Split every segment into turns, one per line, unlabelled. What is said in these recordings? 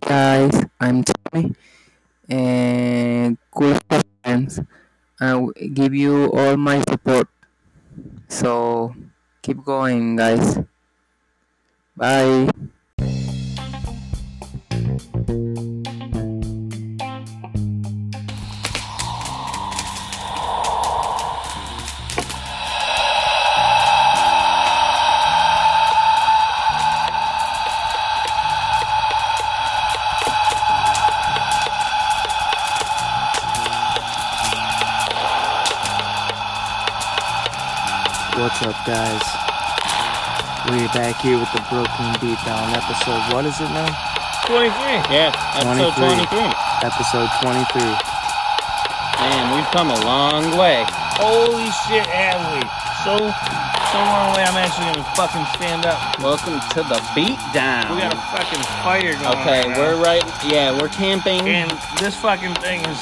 guys, I'm Tommy, and cool friends. I will give you all my support. So keep going, guys. Bye.
What's up, guys? We're back here with the Brooklyn Beatdown episode. What is it now?
23. Yeah, episode
23.
23.
Episode 23.
Man, we've come a long way.
Holy shit, have we? So, so long way I'm actually gonna fucking stand up.
Welcome to the beatdown.
We got a fucking fire going
okay,
on. right now.
we're right. Oh, Yeah, we're camping
And this fucking thing is.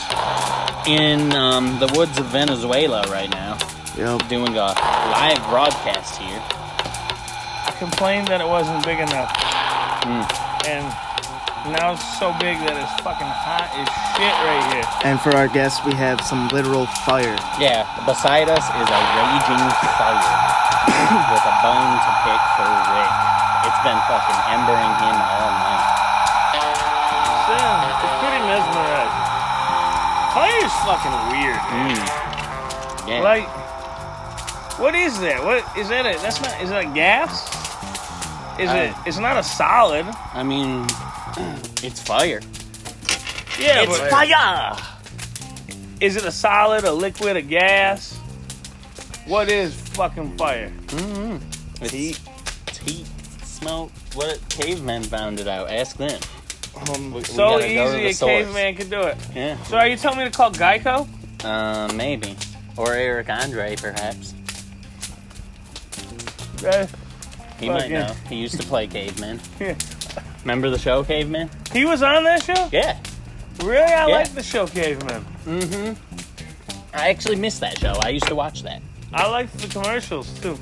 in um, the woods of Venezuela right now,
Yep.
doing a live broadcast here.
I complained that it wasn't big enough.
Hmm.
And now it's so big that it's fucking hot as shit right here.
And for our guests, we have some literal fire.
Yeah, beside us is a raging fire with a bone to pick for Rick. It's been fucking embering him all night.
Sam, it's pretty mesmerizing. Fire's fucking weird.
Mm. Yeah.
Like, what is that? What is that? A, that's not. Is that gas? Is
I-
it? It's not a solid.
I mean, it's fire.
Yeah,
it's
but-
fire.
Is it a solid, a liquid, a gas? What is fucking fire?
It's heat. It's heat, smoke. What cavemen found it out? Ask them.
Um,
We
So
gotta go to
easy
the
a
source.
caveman could do it.
Yeah.
So are you telling me to call Geico?
Uh, maybe. Or Eric Andre, perhaps.
Uh,
He
Fuck
might
yeah.
know. He used to play caveman.
Yeah.
Remember the show Caveman?
he was on that show?
Yeah.
Really? I
Yeah.
like the show Caveman.
Mm-hmm. I actually missed that show. I used to watch that.
I liked the commercials too.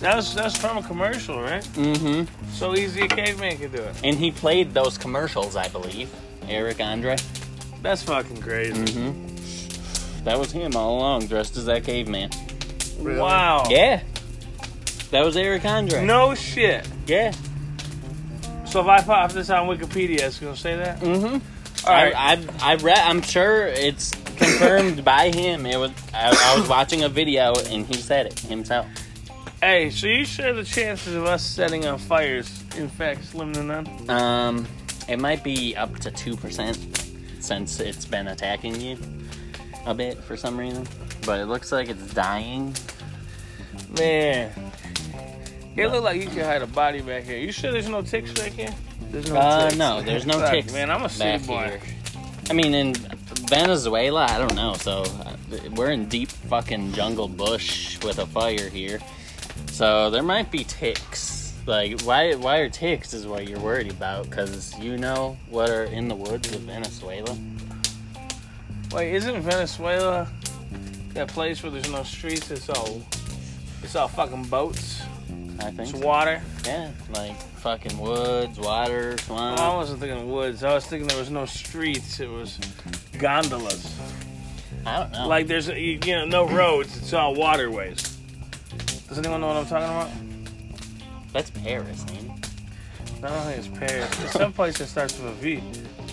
That was that's from a commercial, right?
Mm-hmm.
So easy a caveman could do it.
And he played those commercials, I believe. Eric Andre.
That's fucking crazy.
Mm-hmm. That was him all along, dressed as that caveman. Mm-hmm.
Really?
Wow.
Yeah. That was Eric Andre.
No shit.
Yeah.
So if I pop this on Wikipedia, it's gonna say that.
Mm-hmm.
All right.
I, I, I read. I'm sure it's confirmed by him. It was. I, I was watching a video and he said it himself.
Hey, so you sure the chances of us setting on fires, in fact, slim to none?
Um, it might be up to two percent since it's been attacking you a bit for some reason, but it looks like it's dying.
Man. It looked like you could hide a body back here. You sure there's no ticks back here? There's no
Uh, no, there's no
Fuck,
ticks.
man, I'm a city
back
boy.
here. I mean, in Venezuela, I don't know. So uh, we're in deep fucking jungle bush with a fire here. So there might be ticks. Like, why? Why are ticks? Is what you're worried about? Because you know what are in the woods of Venezuela.
Wait, isn't Venezuela that place where there's no streets? It's all it's all fucking boats.
I think.
It's
so.
water.
Yeah, like fucking woods, water,
Oh,
swamp.
I wasn't thinking woods. I was thinking there was no streets. It was gondolas.
I don't know.
Like there's you you know no roads. It's all waterways. Does anyone know what I'm talking about?
that's Paris, man.
I don't think it's Paris. It's some place that starts with a V.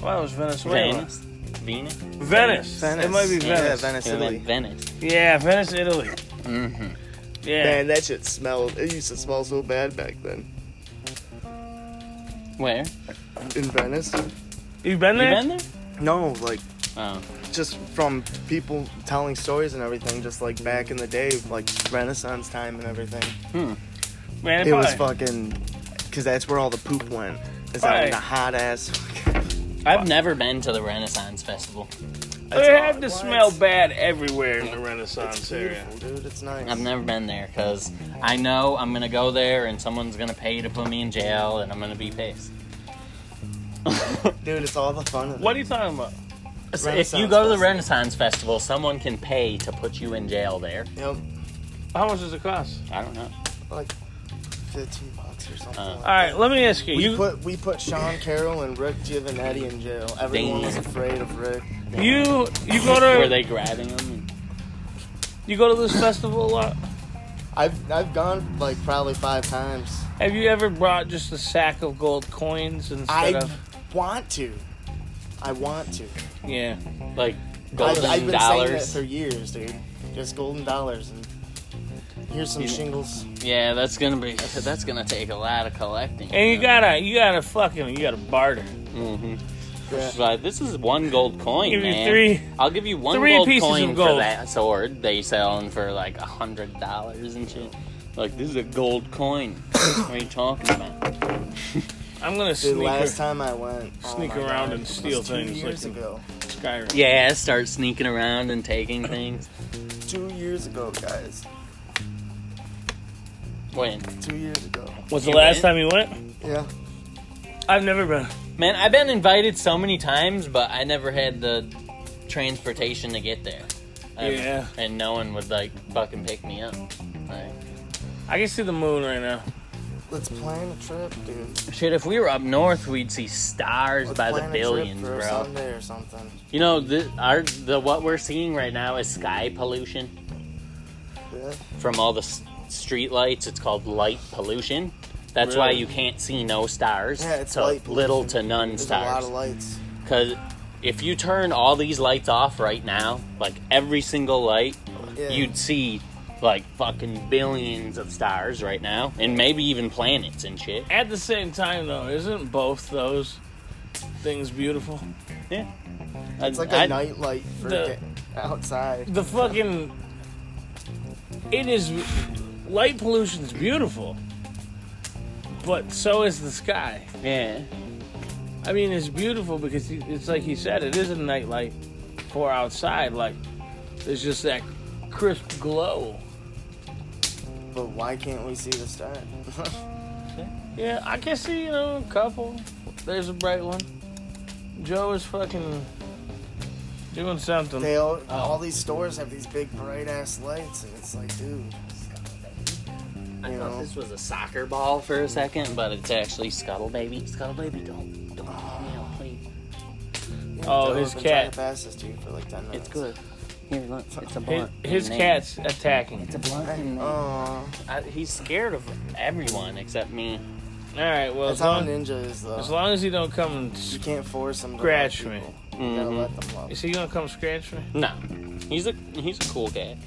Wow, it was Venezuela.
Venice, Venus,
Venice. It might be
Yeah,
Venice. Yeah,
Venice,
Yeah, like
Italy.
Venice.
Venice, Italy.
Mm-hmm.
Yeah.
Man, that shit smelled. It used to smell so bad back then.
Where?
In Venice?
You been
You
there?
been there?
No, like,
Oh,
just from people telling stories and everything, just like back in the day, like Renaissance time and everything.
Man, it
It was
probably-
fucking. Because that's where all the poop went. Is out
Right.
in the hot ass.
I've never been to the Renaissance Festival.
They had to
What?
smell bad everywhere in the Renaissance
It's
area.
beautiful, dude. It's nice.
I've never been there because I know I'm gonna go there and someone's gonna pay to put me in jail and I'm gonna be pissed.
Dude, it's all the fun. Of it.
What are you talking about?
So if you go
Renaissance
to the
Festival.
Renaissance Festival, someone can pay to put you in jail there.
Yep.
How much does it cost?
I don't know.
Like 15 bucks. bucks or something.
Uh.
like
All right,
that.
let me ask you.
We
You
put we put Sean Carroll and Rick Giovanetti in jail. Everyone was
Damn.
afraid of Rick.
you you go
Were
to
they grabbing him?
you go to this festival a lot.
I've I've gone like probably five times.
Have you ever brought just a sack of gold coins instead
I
of
want to. I want to.
yeah?
Like
I've,
golden
I've been
dollars?
saying that for years, dude. Just golden dollars and here's some
You-
shingles.
Yeah, that's gonna be. That's gonna take a lot of collecting.
And you gotta you gotta fucking you gotta barter.
Mm-hmm.
hmm
Yeah.
this is one gold coin,
Give you
man.
three-
I'll give you one
three
gold
pieces
coin
of
for
gold.
that sword they selling for like a hundred dollars and shit. Like this is a gold coin. what are you talking about?
I'm gonna
Dude,
sneak
last
her
time I went, oh
sneak
my
around
God,
and
it was
steal
two
things like
Years
the-
ago,
Skyrim.
Yeah, start sneaking around and taking things.
two years ago, guys,
When?
two years ago.
Was
You
the last
went?
time you went?
Yeah,
I've never been.
Man, I've been invited so many times, but I never had the transportation to get there. Ever.
Yeah.
And no one would like fucking pick me up. Like,
I can see the moon right now.
let's plan a trip, dude.
shit, if we were up north, we'd see stars
Let's
by the
plan a trip
billions,
for
bro.
Sunday or something.
You know, the, our the what we're seeing right now is sky pollution
Yeah.
from all the s- street lights. It's called light pollution. That's why
Really?
you can't see no stars.
Yeah, it's
to
light pollution.
little to none
There's a lot
stars.
of lights.
Because if you turn all these lights off right now, like every single light,
Yeah.
you'd see like fucking billions of stars right now, and maybe even planets and shit.
At the same time, though, isn't both those things beautiful?
Yeah,
It's like a
I'd-
night light for
the-
ga- outside.
The fucking. It is. Light pollution's beautiful. But so is the sky.
Yeah,
I mean, it's beautiful because he- it's like he said, it is a nightlight for outside. Like, there's just that crisp glow.
But why can't we see the stars?
Yeah, I can see, you know, a couple. There's a bright one. Joe is fucking doing something.
they all, all these stores have these big bright ass lights, and it's like, dude,
I
You
thought
know?
this was a soccer ball for a second, but it's actually Scuttle Baby. Scuttle Baby, don't don't call me out, please.
you
Oh,
Joe,
his
I've been trying
cat.
to pass this to you for like ten minutes.
It's good. Here, look, it's a
His,
blunt.
his
Name.
cat's attacking.
It's a blunt. and name.
Oh,
I, he's scared of everyone except me.
All right, well,
that's
as
how
long,
a ninja is
uh,
though.
as long as he don't come and
you can't force them. to love
scratch me.
people. You gotta
Mhm.
let them love.
Is he gonna come scratch me?
No, he's a he's a cool cat.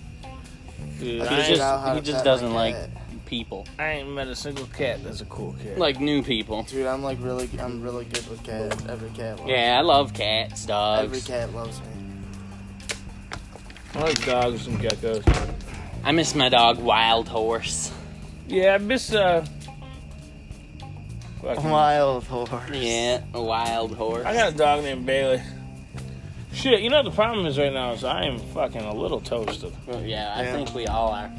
Dude,
I
I
He
figured
ain't,
out how
just he
to
just
pet
doesn't
my
like
cat.
people,
I ain't met a single cat that's a cool cat.
like new people.
Dude, I'm like really, I'm really good with cats.
Mm-hmm.
Every cat loves.
Yeah, I love cats, dogs.
Every cat loves me.
I like dogs and geckos.
I miss my dog Wild Horse.
Yeah, I miss uh. fuck.
Wild horse.
Yeah, a Wild Horse.
I got a dog named Bailey. Shit, you know what the problem is right now is I am fucking a little toasted.
Well, yeah, I
Yeah.
think we all are.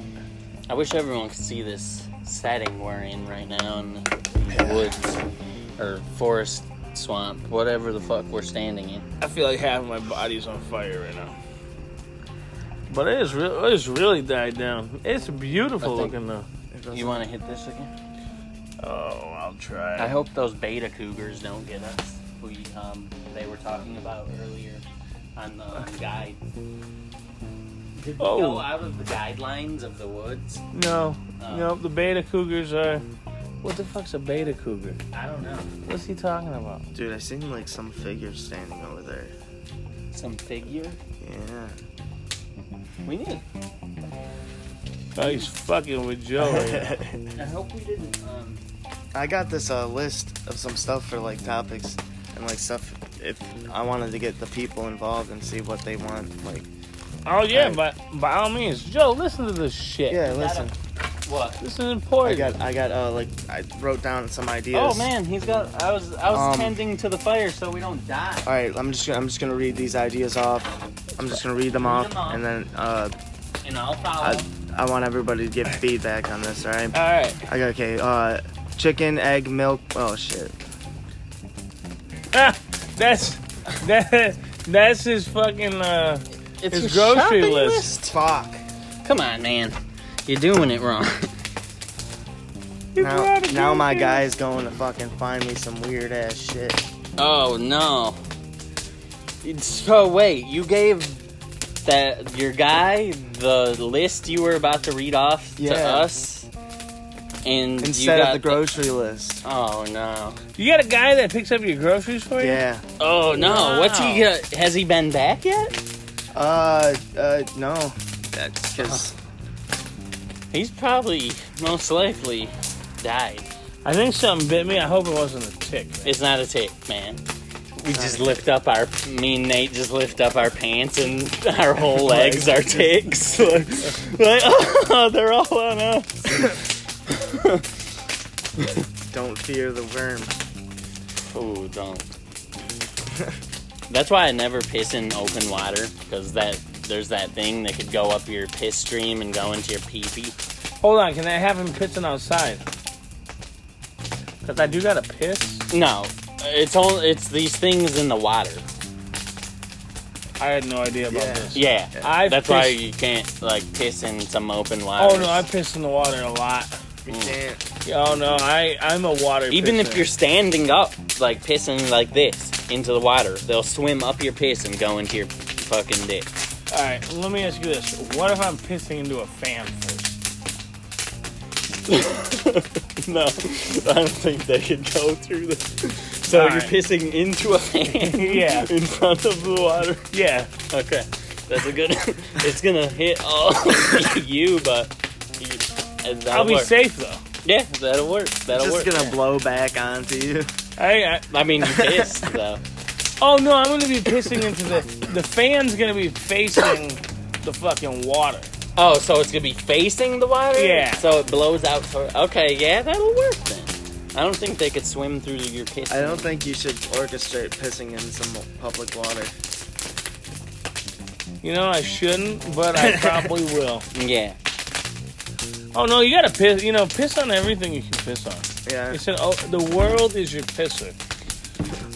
I wish everyone could see this setting we're in right now in the woods or forest, swamp, whatever the fuck we're standing in.
I feel like half my body's on fire right now. But it is real. It is really died down. It's beautiful
I think-
looking though.
You want to hit this again?
Oh, I'll try.
I hope those beta cougars don't get us. We um, they were talking about earlier on the guide. Did we
Oh.
go out of the guidelines of the woods?
No,
Oh.
no, the beta cougars are. What the fuck's a beta cougar?
I don't know.
What's he talking about?
Dude, I seen like some figure standing over there.
Some figure.
Yeah.
We need.
Oh, he's fucking with Joe. right now.
I hope we didn't. Um,
I got this uh, list of some stuff for like topics and like stuff if I wanted to get the people involved and see what they want. Like,
oh yeah,
Hey.
but by all means, Joe, listen to this shit.
yeah, listen,
what?
This is
I
important.
got, I got, uh, like, I wrote down some ideas.
Oh man, he's got. I was I was
Um,
tending to the fire so we don't die.
All right, I'm just, gonna, I'm just gonna read these ideas off. I'm just gonna read them
Read
off,
them off.
and then uh,
And I'll follow.
I, I want everybody to give feedback on this. All right.
all right.
I got okay. Uh, chicken, egg, milk. Oh shit.
Ah, that's that, that's his fucking uh
it's
his
your
grocery
shopping
list.
Fuck.
Come on, man. You're doing it wrong.
Now, now my guy's going to fucking find me some weird ass shit.
Oh no. So wait, you gave that your guy the list you were about to read off
Yeah.
to us, and
Instead
you
of
got
the grocery list.
oh no.
You got a guy that picks up your groceries for you?
Yeah.
Oh no.
Wow.
What's he? Got, has he been back yet?
Uh, uh, no. That's because
He's probably most likely died.
I think something bit me. I hope it wasn't a tick.
It's not a tick, man. We just lift up our me and Nate just lift up our pants and our whole legs are ticks. like, like, oh, they're all on us.
don't fear the worm.
Oh, don't. That's why I never piss in open water because that there's that thing that could go up your piss stream and go into your pee pee.
Hold on, can that happen pissing outside? Cause I do gotta piss.
No, it's all it's these things in the water.
I had no idea about
Yeah.
this.
Yeah,
I
that's
pissed-
why you can't like piss in some open water.
Oh no, I piss in the water a lot.
You
Mm.
can't.
Oh no, I I'm a water.
Even
pisser.
if you're standing up, like pissing like this into the water, they'll swim up your piss and go into your fucking dick.
All right, let me ask you this: What if I'm pissing into a fan first?
No, I don't think they could go through this. So
Alright.
you're pissing into a fan
Yeah.
in front of the water.
Yeah.
Okay, that's a good. it's gonna hit all you, but you, that'll
I'll be
work.
safe though.
Yeah, that'll work. That'll work.
Just gonna
yeah.
blow back onto you.
I, I
I mean, you pissed though.
oh no, I'm gonna be pissing into the the fan's gonna be facing the fucking water.
Oh, so it's gonna be facing the water?
Yeah.
So it blows out. For, okay, yeah, that'll work then. I don't think they could swim through your piss.
I don't think you should orchestrate pissing in some public water.
You know I shouldn't, but I probably will.
Yeah.
Oh no, you gotta piss. You know, piss on everything you can piss on.
Yeah.
It's an oh, the world is your pisser.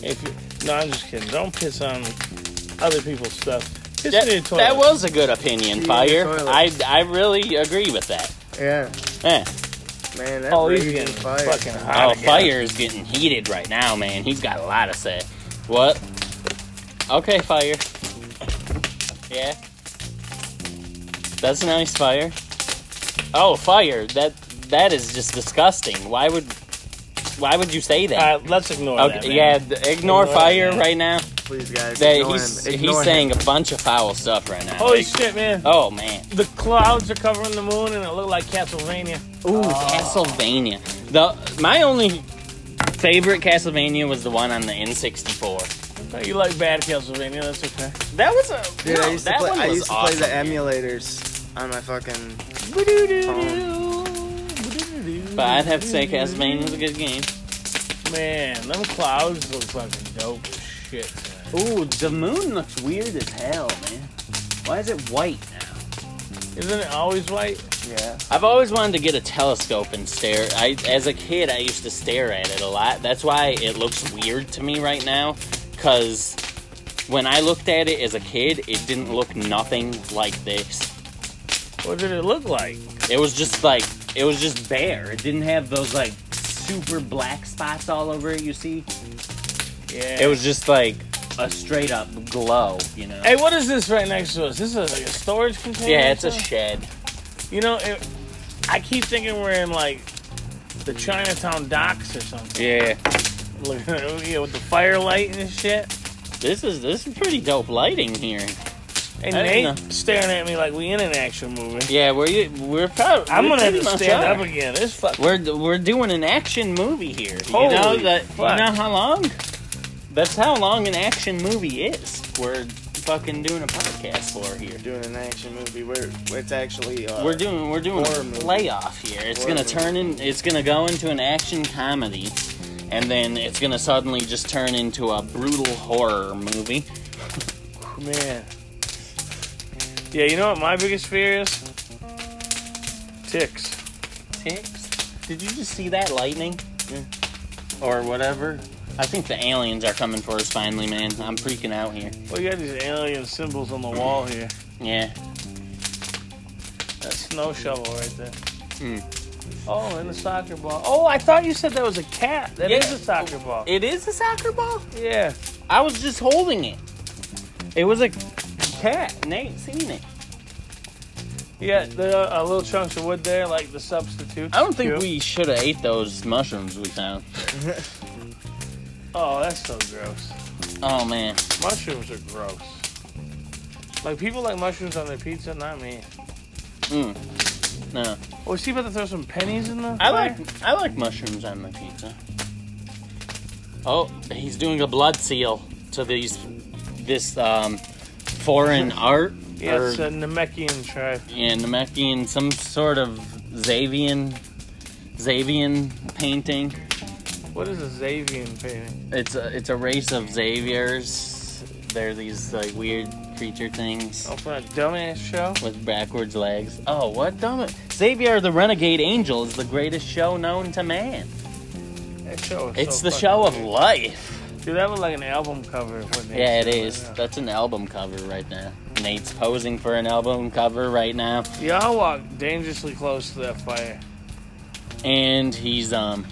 If you, no, I'm just kidding. Don't piss on other people's stuff. Piss
That,
in your toilet.
that was a good opinion,
Pee in
Fire.
the toilet.
I, I really agree with that.
Yeah.
Yeah.
Man, that
oh, he's
raging
getting
fire.
fucking hot.
Oh,
again.
Fire is getting heated right now, man. He's got a lot to say. What? Okay, Fire. Yeah. That's nice, Fire. Oh, Fire. That that is just disgusting. Why would why would you say that?
Uh, let's ignore that.
Okay,
man.
yeah, th- ignore
Ignore that
fire
man.
right now.
Please, guys.
They-
ignore
he's
him.
he's
Ignore
saying
him.
a bunch of foul stuff right now.
Holy
Like,
shit, man!
oh man,
The clouds are covering the moon, and it looked like Castlevania.
ooh, Castlevania. The my only favorite Castlevania was the one on the N64.
Oh, You like bad Castlevania? That's okay.
That was a
Dude,
no,
I used to
that
play.
one
I
was
used to
awesome.
play the emulators on my fucking.
but I'd have to say Castlevania was a good game.
Man, them clouds look fucking dope as shit. Man.
Ooh, the moon looks weird as hell, man. Why is it white now?
Isn't it always white?
Yeah.
I've always wanted to get a telescope and stare. I, as a kid, I used to stare at it a lot. That's why it looks weird to me right now, because when I looked at it as a kid, it didn't look nothing like this.
What did it look like?
It was just like it was just bare. It didn't have those like super black spots all over it. You see,
Yeah.
it was just like a straight up glow. You know.
Hey, what is this right next to us? This is like a storage container.
Yeah,
or
it's a
something?
shed.
You know, it, I keep thinking we're in like the Chinatown docks or something.
Yeah.
Look, yeah, with the firelight and shit.
This is this is pretty dope lighting here.
And
I
Nate
didn't
staring at me like we in an action movie.
Yeah, we're you- we're probably.
I'm gonna have
pretty
to
much
stand
are.
up again. This fuck.
We're we're doing an action movie here.
Holy
you know that?
fuck.
You know how long? That's how long an action movie is. We're fucking doing a podcast for here.
Doing an action movie. We're it's actually. Uh,
We're doing we're doing a
Horror movie.
playoff here. It's
Horror
gonna turn in. It's gonna go into an action comedy, and then it's gonna suddenly just turn into a brutal horror movie.
Man. Yeah, you know what my biggest fear is? Ticks.
Ticks. Did you just see that lightning?
Yeah.
Or whatever. I think the aliens are coming for us finally, man. I'm freaking out here.
Well, you got these alien symbols on the wall here.
Yeah. Mm.
That snow shovel right there. Oh, and the soccer ball. Oh, I thought you said that was a cat. That
Yeah.
is a soccer ball.
It is a soccer ball.
yeah.
I was just holding it. It was a cat. Nate seen it.
Yeah, there are uh, little chunks of wood there, like the substitute.
I don't think we should have ate those mushrooms we found.
Oh, that's so gross.
Oh man.
Mushrooms are gross. Like people like mushrooms on their pizza, not me.
Mm. No.
Oh, is he about to throw some pennies in the?
I
fire?
like I like mushrooms on my pizza. Oh, he's doing a blood seal to these this um, foreign art
Yeah, it's
or
a Namekian tribe.
yeah, Namekian some sort of Xavian Xavian painting.
What is a Xavian painting?
It's a, it's a race of Xaviers. They're these like weird creature things
Oh, for a dumbass show.
with backwards legs. Oh, what dumb Xavier the Renegade Angel is the greatest show known to man.
That show is
It's
so
the
fucking
show of
weird.
life.
Dude, that was like an album cover. when they
Yeah, it
showed
is.
that.
That's an album cover right now. Nate's posing for an album cover right now,
Y'all walked dangerously close to that fire.
and he's um,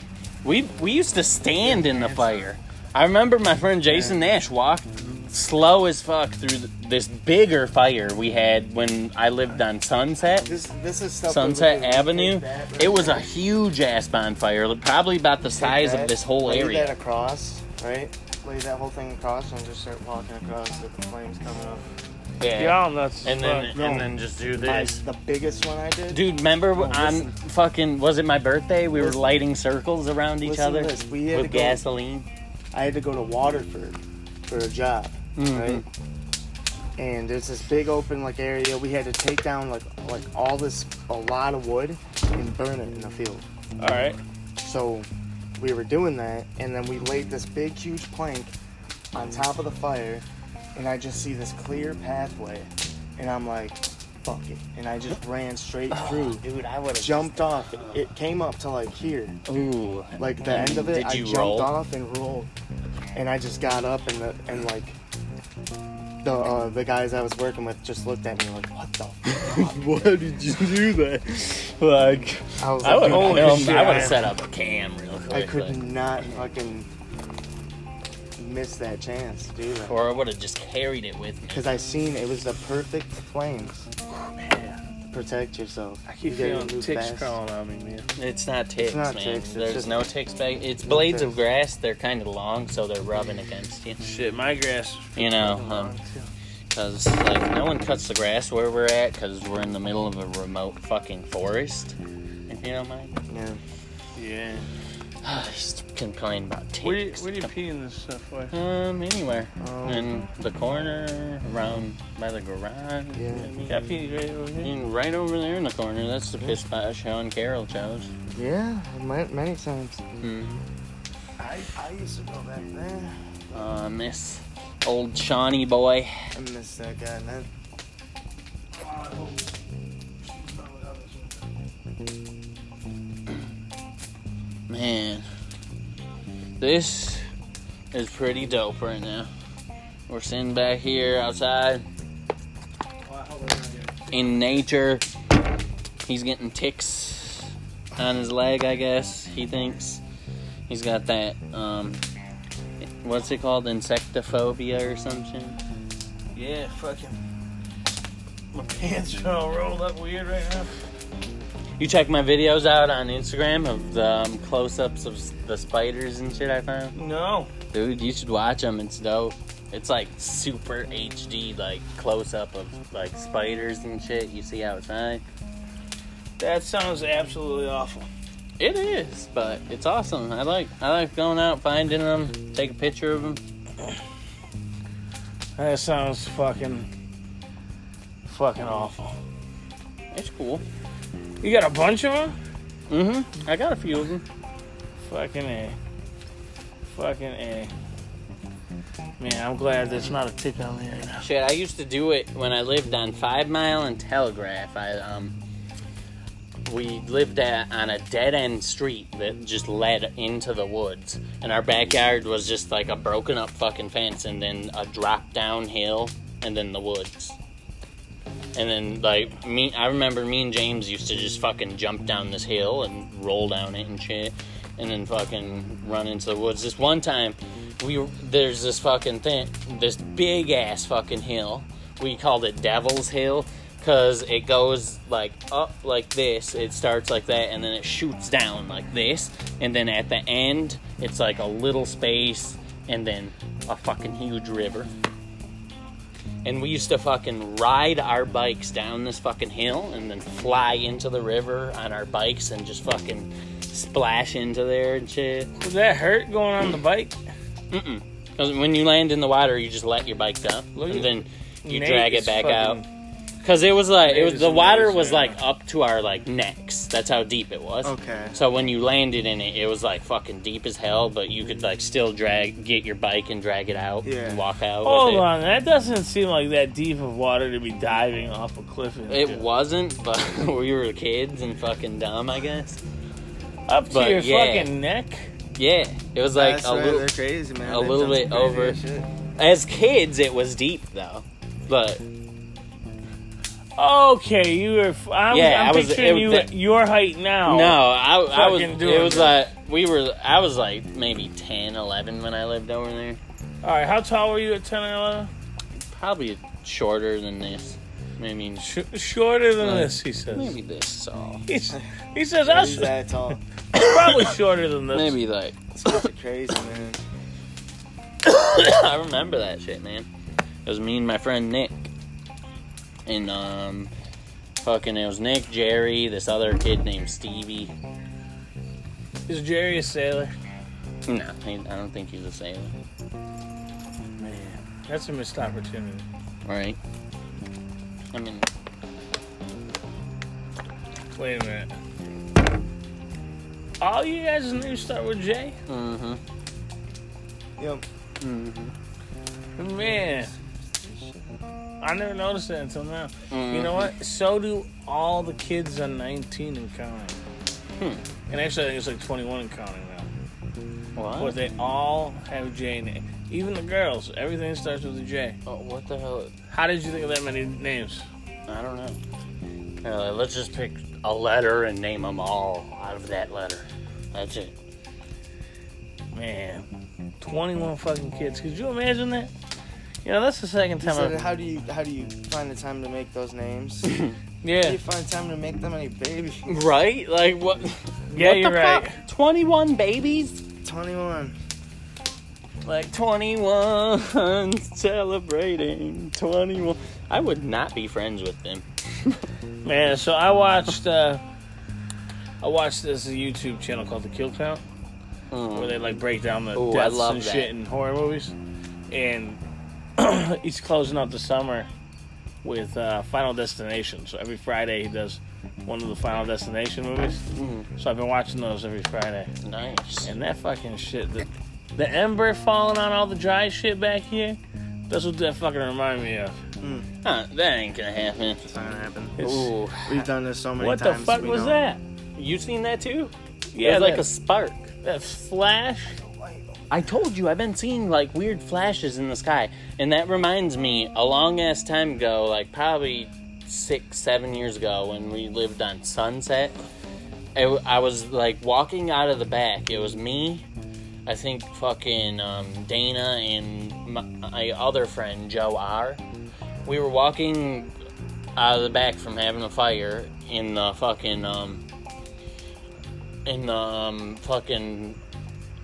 we we used to stand in the fire. I remember my friend Jason Nash walked slow as fuck through th- this bigger fire we had when I lived on Sunset.
This this is stuff.
Sunset
we would do.
Avenue.
Take that, right?
It was a huge ass bonfire, probably about the
Take
size of
that,
this whole
lay
area.
that across, right? Lay that whole thing across and just start walking across with the flames coming up.
Yeah.
Y'all nuts. as
And then
fuck.
no.
and then just do
My,
this.
the biggest one I did.
Dude, remember
No,
on
listen.
fucking was it my birthday? We were
Listen.
lighting circles around each
Listen to
other
this. We had to
with
go-
gasoline.
I had to go to Waterford for a job,
Mhm.
right? And there's this big open like area. We had to take down like like all this a lot of wood and burn it in the field.
all right.
So we were doing that, and then we laid this big huge plank on top of the fire, and I just see this clear pathway, and I'm like, fuck it, and I just ran straight through.
Dude, I would
Jumped off. It came up to like here,
Ooh.
like the end of it.
Did
I
you
jumped
roll?
off and rolled, and I just got up and the, and like the uh, the guys I was working with just looked at me like, what the? Fuck?
Why did you do that? Like
I was
I
like,
would
Holy
film,
shit.
I would set up a cam real quick.
I could
like,
not fucking miss that chance to do that.
or I would have just carried it with me.
Because I seen it was the perfect flames.
Man,
Protect yourself.
I keep
You gotta
feeling
move
ticks
fast.
crawling on me, man.
It's not ticks,
not
man.
ticks, it's
There's
just-
no ticks back. It's blades of
ticks.
grass. They're kind of long, so they're rubbing against you.
Shit, my grass.
You know, um, because like no one cuts the grass where we're at, because we're in the middle of a remote fucking forest. If you don't mind,
Yeah.
Yeah.
I just complain about ticks.
Where do you, where do you pee in this stuff? For?
um, anywhere
Um,
in the corner, around by the garage.
Yeah.
maybe.
Got pee right over
I
here.
mean, right over there in the corner. That's the piss spot Sean Carroll chose.
Yeah, ma- many times.
Mm.
I, I used to go back there.
Uh, miss old Shawnee boy.
I miss that guy, man.
Man, this is pretty dope right now. We're sitting back here outside in nature. He's getting ticks on his leg, I guess. He thinks he's got that. Um, what's it called? Insectophobia or something?
Yeah, fucking. My pants are all rolled up weird right now.
You check my videos out on Instagram of the um, close-ups of s- the spiders and shit I found.
No.
Dude, you should watch them. It's dope. It's like super HD, like close up of like spiders and shit you see outside.
That sounds absolutely awful.
It is, but it's awesome. I like I like going out finding them, take a picture of them.
That sounds fucking. fucking awful.
It's cool.
You got a bunch of them?
Mm-hmm. I got a few of them.
Fucking A. Fucking A. Man, I'm glad there's not a tick on me right now.
Shit, I used to do it when I lived on Five Mile and Telegraph. I um, we lived at, on a dead end street that just led into the woods, and our backyard was just like a broken up fucking fence, and then a drop down hill, and then the woods. And then like me, I remember me and James used to just fucking jump down this hill and roll down it and shit, and then fucking run into the woods. This one time, we were- there's this fucking thing, this big ass fucking hill. We called it Devil's Hill because it goes like up like this. It starts like that, and then it shoots down like this, and then at the end, it's like a little space, and then a fucking huge river and we used to fucking ride our bikes down this fucking hill and then fly into the river on our bikes and just fucking splash into there and shit.
Does that hurt going on the bike?
Because when you land in the water, you just let your bike up
Look
and
at-
then you
Nate
drag it
is
back
fucking-
out. Because it was like it
Nate
was
is
the water
amazing,
was
yeah.
like up to our like necks. That's how deep it was.
Okay.
So when you landed in it, it was like fucking deep as hell, but you could like still drag get your bike and drag it out
Yeah.
and walk out. with
Hold
it.
on, that doesn't seem like that deep of water to be diving off a cliff. into.
It wasn't, but we were kids and fucking dumb, I guess.
up to
but
your
yeah.
fucking neck.
Yeah, it was like
That's
a
right,
little.
they're crazy, man.
a
They've
little
done some
bit over.
crazy ass shit.
As kids, it was deep though, but
Okay, you were. f- I'm,
Yeah,
I'm
I was-
picturing
it
you
was
at your height now.
no, I, I was.
Fucking
It
doing
was
that.
like we were. I was like maybe 10, 11 when I lived over there.
All right, how tall were you at 10 and 11?
Probably shorter than this. Maybe
Sh- shorter than
Uh,
this, he says.
maybe this tall.
He's, he says I
He's
was
that tall.
probably shorter than this.
Maybe like
It's fucking crazy, man.
I remember that shit, man. It was me and my friend Nick. And um fucking it was Nick, Jerry, this other kid named Stevie.
Is Jerry a sailor?
No, he, I don't think he's a sailor.
Man, that's a missed opportunity.
Right? I mean
Wait a minute. All you guys' names start with J?
mm-hmm.
Yep.
Man. I never noticed that until now.
Mm-hmm.
You know what? So do all the kids on 19 and counting.
Hmm.
And actually, I think it's like 21 and counting now.
what?
But they all have J names. Even the girls. Everything starts with a J.
Oh, what the hell?
How did you think of that many names?
I don't know. Uh, let's just pick a letter and name them all out of that letter. That's it.
Man, 21 fucking kids. Could you imagine that? You know, that's the second time
So
I've.
how do you how do you find the time to make those names? How do
Yeah,
you find time to make that many babies?
Right? Like what?
yeah,
what
you're
the
right.
fuck? Twenty-one babies.
Twenty one.
Like 21 celebrating 21. I would not be friends with them.
Man, so I watched. Uh, I watched this YouTube channel called The Kill Count,
Hmm.
where they like break down the
Ooh, I
deaths
love
and
that.
shit in horror movies, and he's closing out the summer with uh, Final Destination. So every Friday he does one of the Final Destination movies.
Mm.
So I've been watching those every Friday.
Nice.
And that fucking shit, the, the ember falling on all the dry shit back here, that's what that fucking remind me of.
Huh, that ain't gonna happen.
It's not gonna happen.
It's-
Ooh.
We've done this so many
what the
times.
fuck
we
was
know.
that?
You seen that too?
Yeah,
It's like
that,
a spark.
that flash.
I told you, I've been seeing like weird flashes in the sky. And that reminds me, a long ass time ago, like probably six, seven years ago, when we lived on Sunset, I, w- I was like walking out of the back. It was me, I think fucking um, Dana, and my, my other friend, Joe R. We were walking out of the back from having a fire in the fucking, um, in the um, fucking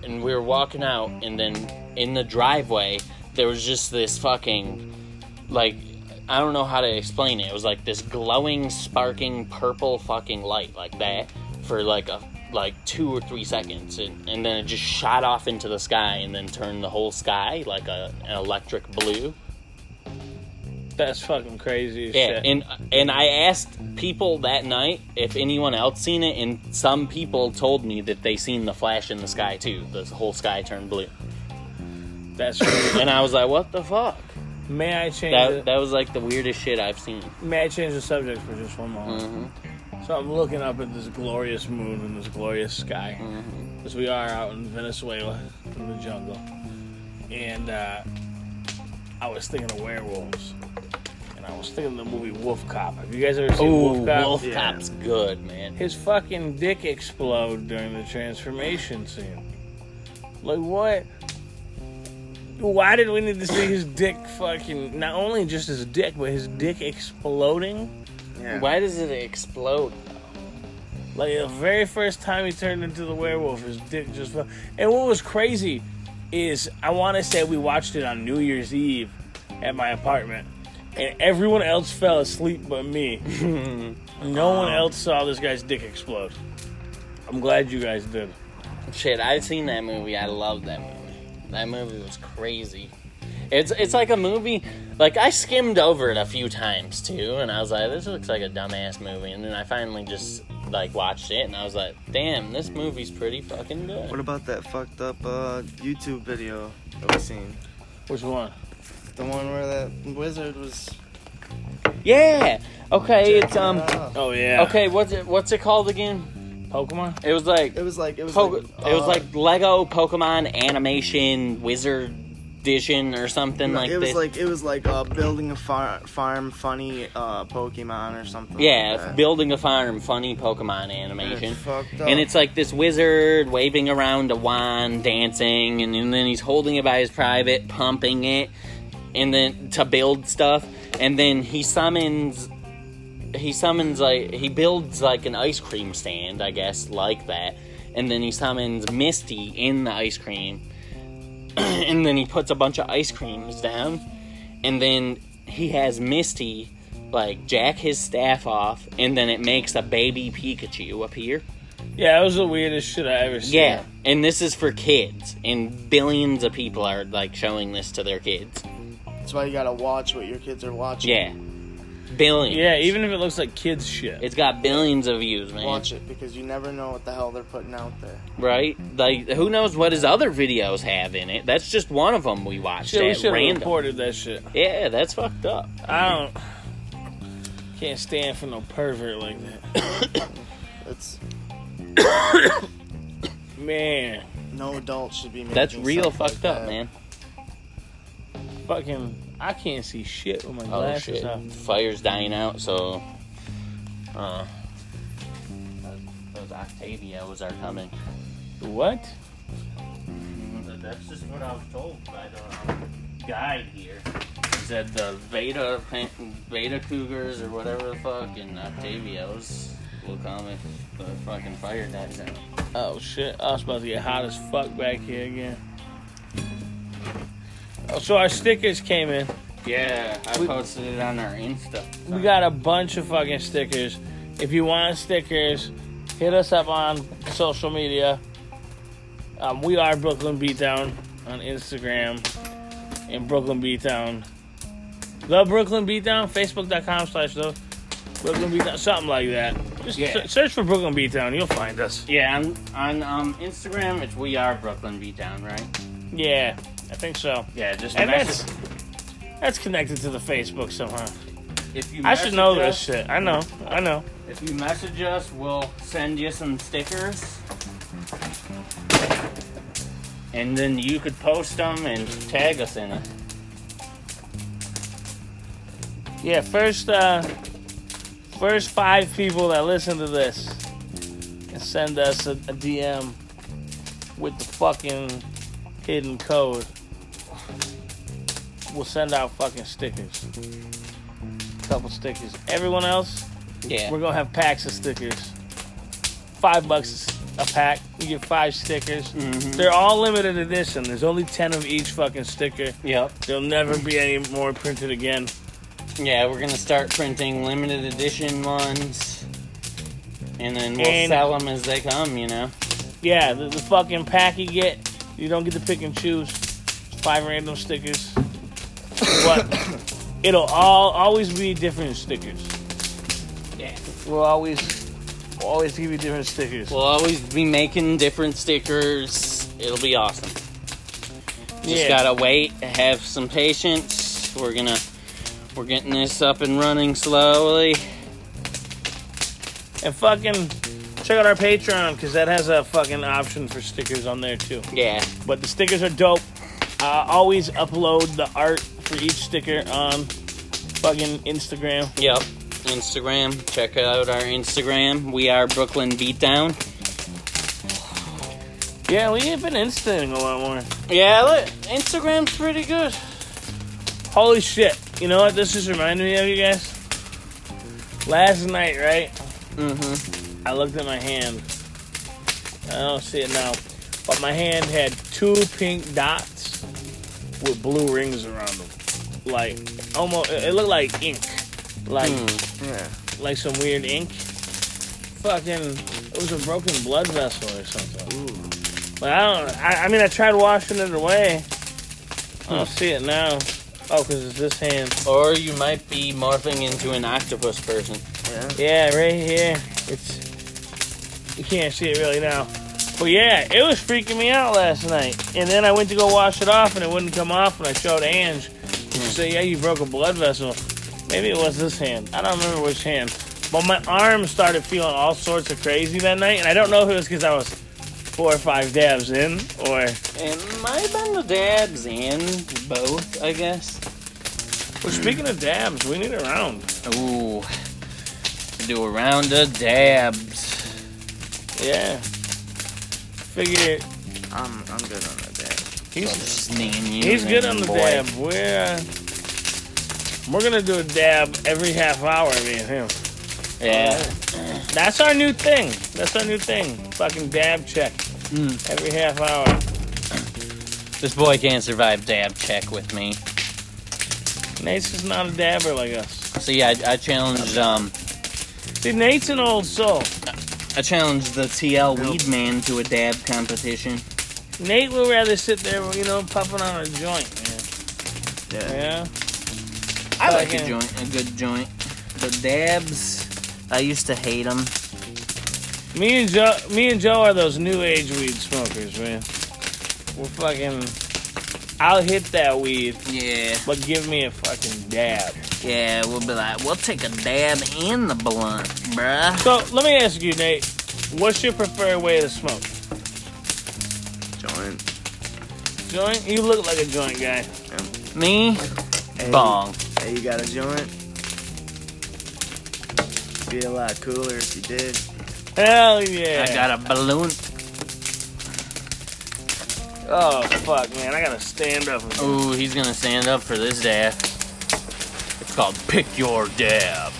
and we were walking out and then in the driveway there was just this fucking like I don't know how to explain it. It was like this glowing, sparking purple fucking light like that for like a like two or three seconds and, and then it just shot off into the sky and then turned the whole sky like a, an electric blue.
That's fucking crazy as
Yeah,
shit.
and and I asked people that night if anyone else seen it, and some people told me that they seen the flash in the sky too. The whole sky turned blue.
that's crazy.
and I was like, "What the fuck?"
may I change
That
the,
that was like the weirdest shit I've seen.
may I change the subject for just one moment?
Mm-hmm.
So I'm looking up at this glorious moon and this glorious sky,
Mm-hmm.
as we are out in Venezuela in the jungle, and uh, I was thinking of werewolves, and I was thinking of the movie Wolf Cop. Have you guys ever seen
Ooh,
Wolf Cop?
Wolf
Yeah.
Cop's good, man.
His fucking dick explode during the transformation scene. Like what? Why did we need to see his dick fucking? Not only just his dick, but his dick exploding.
Yeah.
Why does it explode?
Like the very first time he turned into the werewolf, his dick just. Fu- and what was crazy is I want to say we watched it on New Year's Eve at my apartment, and everyone else fell asleep but me. no one else saw this guy's dick explode. I'm glad you guys did.
Shit, I've seen that movie. I love that movie. That movie was crazy. It's it's like a movie. Like I skimmed over it a few times too, and I was like, "This looks like a dumbass movie." And then I finally just like watched it, and I was like, "Damn, this movie's pretty fucking
What
good."
about that fucked up uh, YouTube video that we seen?
Which one?
The one where that wizard was.
Yeah. Okay, it's um.
Oh yeah.
Okay, what's it what's it called again?
Pokemon.
It was like
It was like it was.
Po-
like,
it was
uh,
like Lego Pokemon Animation Wizard Edition or something like
uh, it was
this.
like it was like uh, building a far- farm, funny uh, Pokemon or something.
yeah,
like
it's
that.
building a farm, funny Pokemon animation.
It's fucked up.
And it's like this wizard waving around a wand, dancing, and, and then he's holding it by his private, pumping it, and then to build stuff. And then he summons, he summons like he builds like an ice cream stand, I guess, like that. And then he summons Misty in the ice cream, and then he puts a bunch of ice creams down, and then he has Misty like jack his staff off, and then it makes a baby Pikachu appear.
Yeah, it was the weirdest shit I ever seen.
Yeah, and this is for kids, and billions of people are like showing this to their kids.
That's why you gotta watch what your kids are watching.
Yeah, billions.
Yeah, even if it looks like kids shit.
it's got billions of views, man.
Watch it because you never know what the hell they're putting out there.
Right? Like, who knows what his other videos have in it? That's just one of them we watched
shit, we
at
should have
random.
reported that shit.
Yeah, that's fucked up.
I don't. Can't stand for no pervert like that.
It's
Man,
no adult should be making.
That's real
stuff like
fucked up,
that.
man.
fucking, I can't see shit with my
Oh
glasses
shit,
on.
fire's dying out, so. Uh, those- those Octavios are coming.
What?
That's just what I was told by the um, guide here. He said the Veda Veda Cougars or whatever the fuck and Octavios will come if the fucking fire dies out.
Oh shit, I was about to get hot as fuck back here again. Oh, so our stickers came in.
Yeah, I
We-
posted it on our Insta.
We got a bunch of fucking stickers. If you want stickers, hit us up on social media. Um, we are Brooklyn Beatdown on Instagram and Brooklyn Beatdown. The Brooklyn Beatdown, Facebook.com slash the Brooklyn Beatdown, something like that. Just
Yeah.
se- search for Brooklyn Beatdown, you'll find us.
Yeah, on on um, Instagram it's we are Brooklyn Beatdown, right?
Yeah, I think so.
Yeah, just
And
message.
that's that's connected to the Facebook somehow.
If you
I should know
message
this
us-
shit. I know, I know.
If you message us, we'll send you some stickers. And then you could post them and tag us in it.
Yeah, first uh first five people that listen to this can send us a, a DM with the fucking hidden code. We'll send out fucking stickers. Couple stickers. Everyone else,
Yeah.
we're gonna have packs of stickers. Five bucks a pack. You get five stickers.
Mhm.
They're all limited edition. There's only ten of each fucking sticker.
Yep.
There'll never be any more printed again.
Yeah, we're gonna start printing limited edition ones, and then we'll
And-
sell them as they come. You know.
Yeah, the, the fucking pack you get, you don't get to pick and choose. Five random stickers. But it'll all always be different stickers.
Yeah.
We'll always we'll always give you different stickers.
We'll always be making different stickers. It'll be awesome. Just
Yeah.
gotta wait. Have some patience. We're gonna. We're getting this up and running slowly.
and fucking check out our Patreon because that has a fucking option for stickers on there too.
Yeah.
But the stickers are dope. Uh, always upload the art for each sticker on fucking Instagram.
Yep. Instagram. Check out our Instagram. We are Brooklyn Beatdown.
Yeah, we have been instating a lot more.
Yeah, look, Instagram's pretty good.
Holy shit. You know what this just reminded me of, you guys? Last night, right?
Mm-hmm.
I looked at my hand. I don't see it now. But my hand had two pink dots with blue rings around them. Like, almost, it it looked like ink. Like,
Hmm.
Yeah.
like some weird ink. Fucking, it was a broken blood vessel or something. But I don't. I, I mean, I tried washing it away. I don't see it now. Oh, cause it's this hand.
Or you might be morphing into an octopus person.
Yeah.
Yeah, right here. It's you can't see it really now. But yeah, it was freaking me out last night. And then I went to go wash it off, and it wouldn't come off. And I showed Ange. She said, "Yeah, you broke a blood vessel. Maybe it was this hand. I don't remember which hand." But my arm started feeling all sorts of crazy that night, and I don't know if it was because I was four or five dabs in, or
It might have been the dabs and both, I guess.
well, speaking of dabs, we need a round.
Ooh. Do a round of dabs.
Yeah, figure
I'm I'm good on that day.
he's
Sneaking
He's
you
good
in,
on the
boy.
dab. We're uh, we're gonna do a dab every half hour, me and him.
Yeah.
That's our new thing. That's our new thing. Fucking dab check
Mm.
every half hour.
This boy can't survive dab check with me.
Nate's is not a dabber like us.
So yeah, I, I challenged um
See, Nate's an old soul.
I challenged the TL Weedman to a dab competition.
Nate would rather sit there, you know, puffing on a joint.
Yeah.
Man. Yeah.
I like
Fucking-
a joint, a good joint. The dabs, I used to hate them.
Me and Joe, me and Joe are those new age weed smokers, man. We're fucking. I'll hit that weed,
Yeah,
but give me a fucking dab.
yeah, we'll be like, we'll take a dab in the blunt, bruh.
So let me ask you, Nate, what's your preferred way to smoke?
Joint.
Joint? You look like a joint guy.
Me,
Hey,
bong.
Hey, you got a joint? Be a lot cooler if you did.
Hell yeah.
I got a balloon.
Oh fuck, man, I gotta stand up. again.
Ooh, he's gonna stand up for this dab. It's called pick your dab.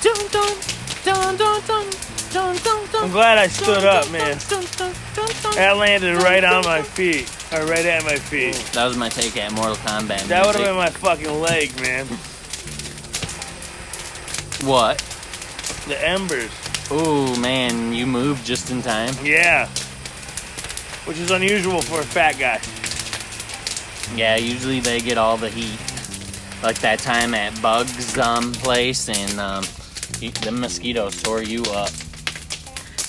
Dun dun dun dun dun dun dun dun.
I'm glad I stood
dun,
up,
dun,
man.
dun, dun, dun, dun.
That landed right on my feet, or right at my feet.
That was my take at Mortal Kombat.
That would have been
music.
my fucking leg, man.
what?
The embers.
Ooh, man, you moved just in time.
Yeah. Which is unusual for a fat guy.
Yeah, usually they get all the heat. Like that time at Bug's um, place, and um, you- the mosquitoes tore you up.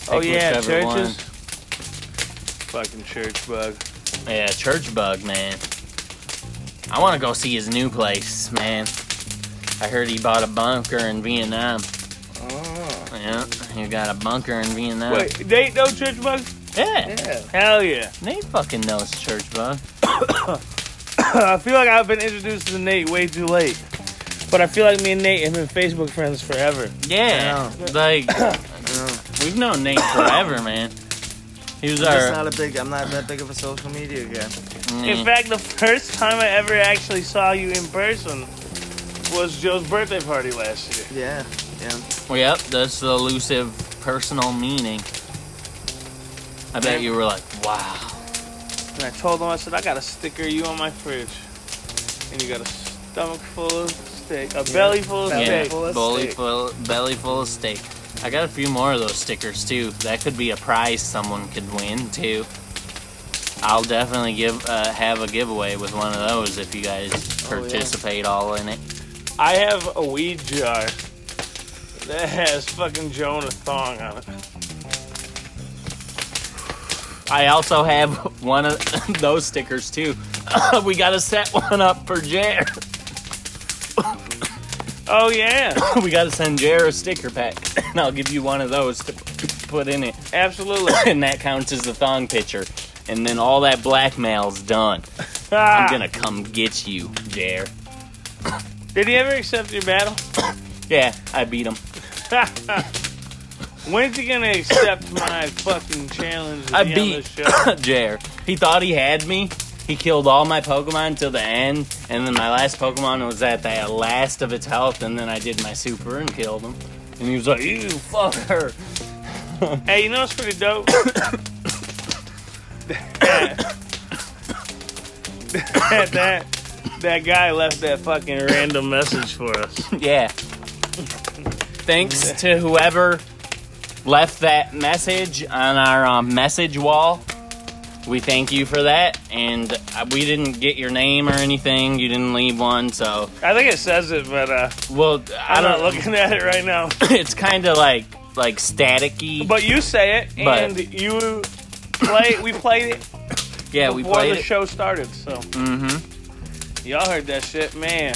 oh
Pick
yeah,
whichever
churches.
one.
Fucking church bug.
Yeah, Church Bug, man. I want to go see his new place, man. I heard he bought a bunker in Vietnam.
Oh.
Yeah, he got a bunker in Vietnam.
Wait, Nate, no church bug?
Yeah,
Yeah.
Hell yeah.
Nate fucking knows Church Bug.
I feel like I've been introduced to Nate way too late. But I feel like me and Nate have been Facebook friends forever.
Yeah, like
No.
we've known Nate forever, man. He was
I'm just
our.
not a big. I'm not that big of a social media guy.
Mm.
In fact, the first time I ever actually saw you in person was Joe's birthday party last year.
Yeah. Yeah.
Yep, that's the elusive personal meaning. I bet you were like, wow.
And I told him, I said, I got a sticker of you on my fridge. And you got a stomach full of steak, a belly full of
Belly
Yeah,
steak.
full of
belly
steak.
full, belly full of steak. I got a few more of those stickers too. That could be a prize someone could win too. I'll definitely give uh, have a giveaway with one of those if you guys
Oh, yeah.
participate all in it.
I have a weed jar that has fucking Jonah Thong on it.
I also have one of those stickers too. we got to set one up for Jer.
Oh, yeah.
we got to send Jer a sticker pack, and I'll give you one of those to put in it.
Absolutely.
and that counts as the thong picture. And then all
Ah.
that blackmail's done. I'm gonna come get you, Jer.
Did he ever accept your battle?
Yeah, I beat him.
When's he gonna accept my fucking challenge? to
I
be on
beat
this show?
Jer. He thought he had me. He killed all my Pokemon till the end, and then my last Pokemon was at the last of its health, and then I did my super and killed him. And he was like, "You fucker!"
Hey, you know what's pretty dope? that, that that guy left that fucking random message for us.
Yeah. Thanks to whoever left that message on our um, message wall. We thank you for that, and uh, we didn't get your name or anything. You didn't leave one, so
I think it says it, but uh,
well, I
I'm not
don't.
looking at it right now.
it's kind of like like staticky.
But you say it,
But-
and you play. We played it
yeah, we
before
played
the
it.
show started, so
Mm-hmm.
y'all heard that shit, man.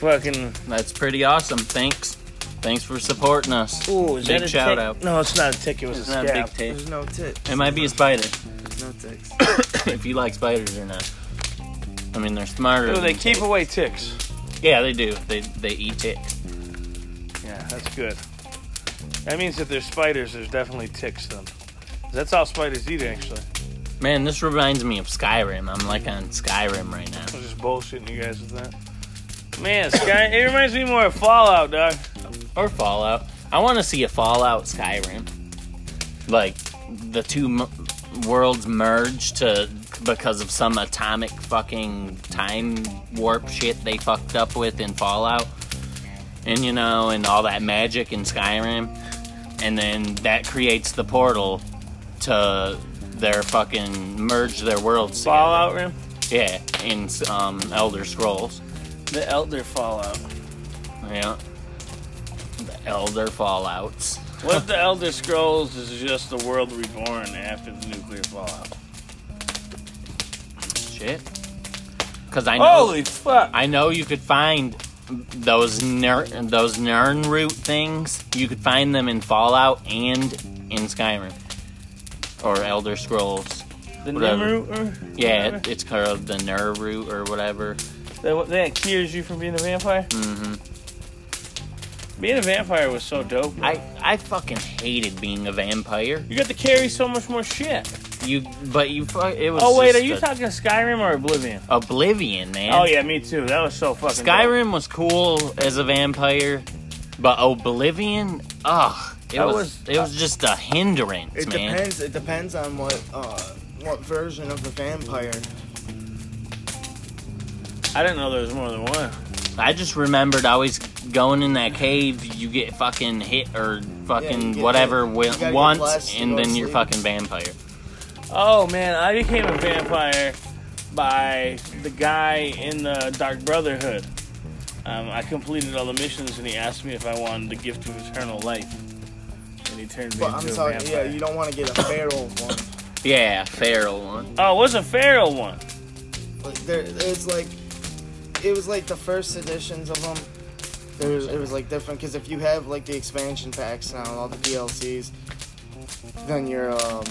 Fucking.
That's pretty awesome. Thanks, thanks for supporting us.
Ooh, is
Big
that a
shout
tick?
out.
No, it's not a tick. It was
It's
a
not
scab.
a big tick.
There's no tit.
It might be a spider.
There's no ticks.
if you like spiders or not. I mean, they're smarter.
Ooh, they
than
keep away ticks.
Yeah, they do. They they eat ticks.
Yeah, that's good. That means that there's spiders. There's definitely ticks then. That's all spiders eat, actually.
Man, this reminds me of Skyrim. I'm like on Skyrim right now.
I'm just bullshitting you guys with that. Man, Sky, it reminds me more of Fallout, dog.
Or Fallout. I want to see a Fallout Skyrim. Like the two m- worlds merge to because of some atomic fucking time warp shit they fucked up with in Fallout. And you know, and all that magic in Skyrim. And then that creates the portal to their fucking merge their worlds. together.
Fallout Rim?
Yeah, in um, Elder Scrolls.
The Elder Fallout.
Yeah. The Elder Fallouts.
What if the Elder Scrolls is just the world reborn after the nuclear fallout?
Shit. Because I know,
Holy fuck!
I know you could find those ner- those Nern root things. You could find them in Fallout and in Skyrim or Elder Scrolls.
The
whatever.
Nimrooter?
Yeah, it, it's called the Ner root or whatever.
That, that cures you from being a vampire?
hmm Mm-hmm.
Being a vampire was so dope. bro.
I I fucking hated being a vampire.
you got to carry so much more shit.
You, but you, fu- it was.
Oh, wait, are
just
you
a-
talking Skyrim or Oblivion?
Oblivion, man?
Oh, yeah, me too. That was so fucking dope.
Skyrim was cool as a vampire, but Oblivion, ugh, it
That
was,
was-
it was just a hindrance,
It
man.
depends. It depends on what uh what version of the vampire.
I didn't know there was more than one.
I just remembered always going in that cave, you get fucking hit or
Yeah, you
fucking
get
whatever
hit.
wi-
You gotta get
once,
blessed to
and
go
then
to
you're
sleep.
fucking vampire.
Oh, man, I became a vampire by the guy in the Dark Brotherhood. Um, I completed all the missions, and he asked me if I wanted the gift of eternal life. And he turned me
But
into
I'm
a
talking. Yeah,
vampire.
you don't want to get a feral one.
Yeah, feral one.
Oh, it was a feral one.
Like there, it's like, it was like the first editions of them. There was, it was like different because if you have like the expansion packs now, all the DLCs, then you're um,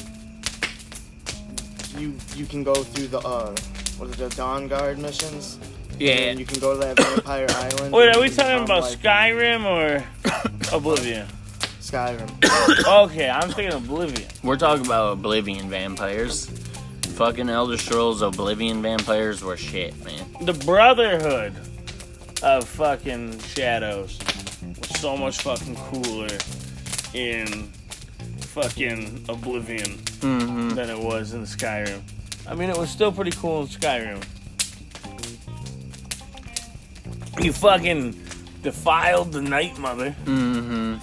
you you can go through the uh, what is it, the Dawn Guard missions.
Yeah,
And you can go to that Vampire Island.
Wait,
and
are we
you
talking
become,
about
like,
Skyrim or Oblivion?
Skyrim?
Okay, I'm thinking Oblivion.
we're talking about Oblivion vampires. Fucking Elder Scrolls Oblivion vampires were shit, man.
The Brotherhood of fucking Shadows was so much fucking cooler in fucking Oblivion
Mm-hmm.
than it was in Skyrim. I mean, it was still pretty cool in Skyrim. You fucking defiled the Night Mother.
Mm-hmm.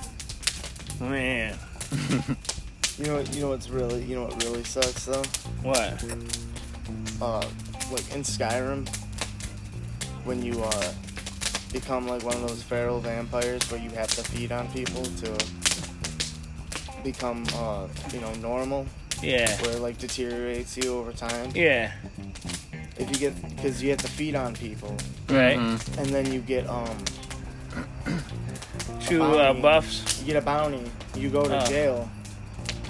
Man,
You know, what- you know what's really, you know what really sucks though.
what?
uh, like in Skyrim, when you uh, become like one of those feral vampires where you have to feed on people to become, uh, you know, normal,
Yeah.
where it, like deteriorates you over time.
Yeah.
If you get, because you have to feed on people,
Right.
mm-hmm.
and then you get um,
Two uh, buffs.
you get a bounty, you go to
Oh.
jail,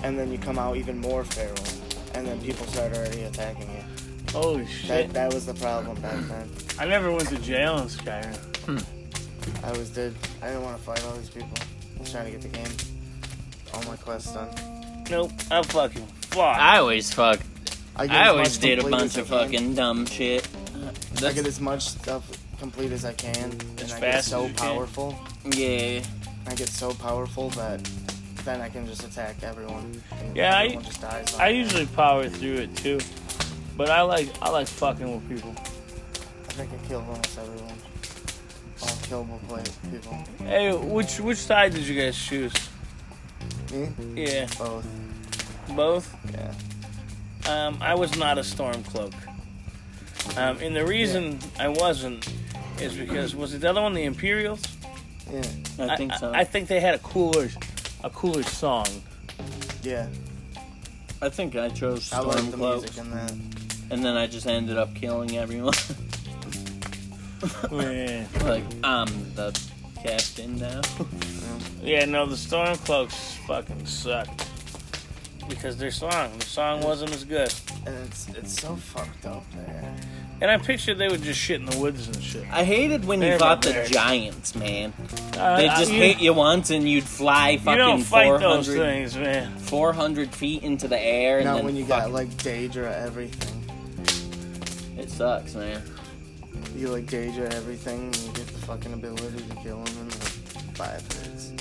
and then you come out even more feral, and then people start already attacking you.
Holy shit.
That, that was the problem back then.
I never went to jail in Skyrim.
I was dead. I didn't want to fight all these people. I was trying to get the game. All my quests done.
Nope. I fucking fuck.
I always fuck.
get
I
as
always
much
did a
complete as
bunch
I
of
can.
fucking dumb shit.
I
That's,
get as much stuff complete as I can, and
As fast
I get
as
so
you can.
powerful.
yeah.
I get so powerful that then I can just attack everyone. and
Yeah, I-
everyone just dies on
I
me.
usually power through it too. But I like I like fucking with people.
I think I killed almost everyone. All killable play people.
Hey, which which side did you guys choose?
Me?
Yeah,
Both.
both.
Yeah.
Um, I was not a stormcloak. Um, and the reason I wasn't is because was it the other one the Imperials?
Yeah.
I think so.
I, think they had a cooler, a cooler song.
Yeah.
I think I chose
I like the music
Stormcloak,
in that.
and then I just ended up killing everyone.
yeah.
like I'm the captain now.
Yeah, no, the stormcloaks fucking sucked because their song, the song wasn't as good.
And it's it's so fucked up there.
And I pictured they would just shit in the woods and shit.
I hated when
They're
you fought
my
the
birds.
giants, man.
Uh,
They just
I-
hit you once and you'd fly
You don't
fucking
fight those
400,
things, man.
400 feet into the air, and
Not
then
when you got
fuck-
like Daedra everything.
it sucks, man.
You like Daedra everything, and you get the fucking ability to kill them in like five minutes.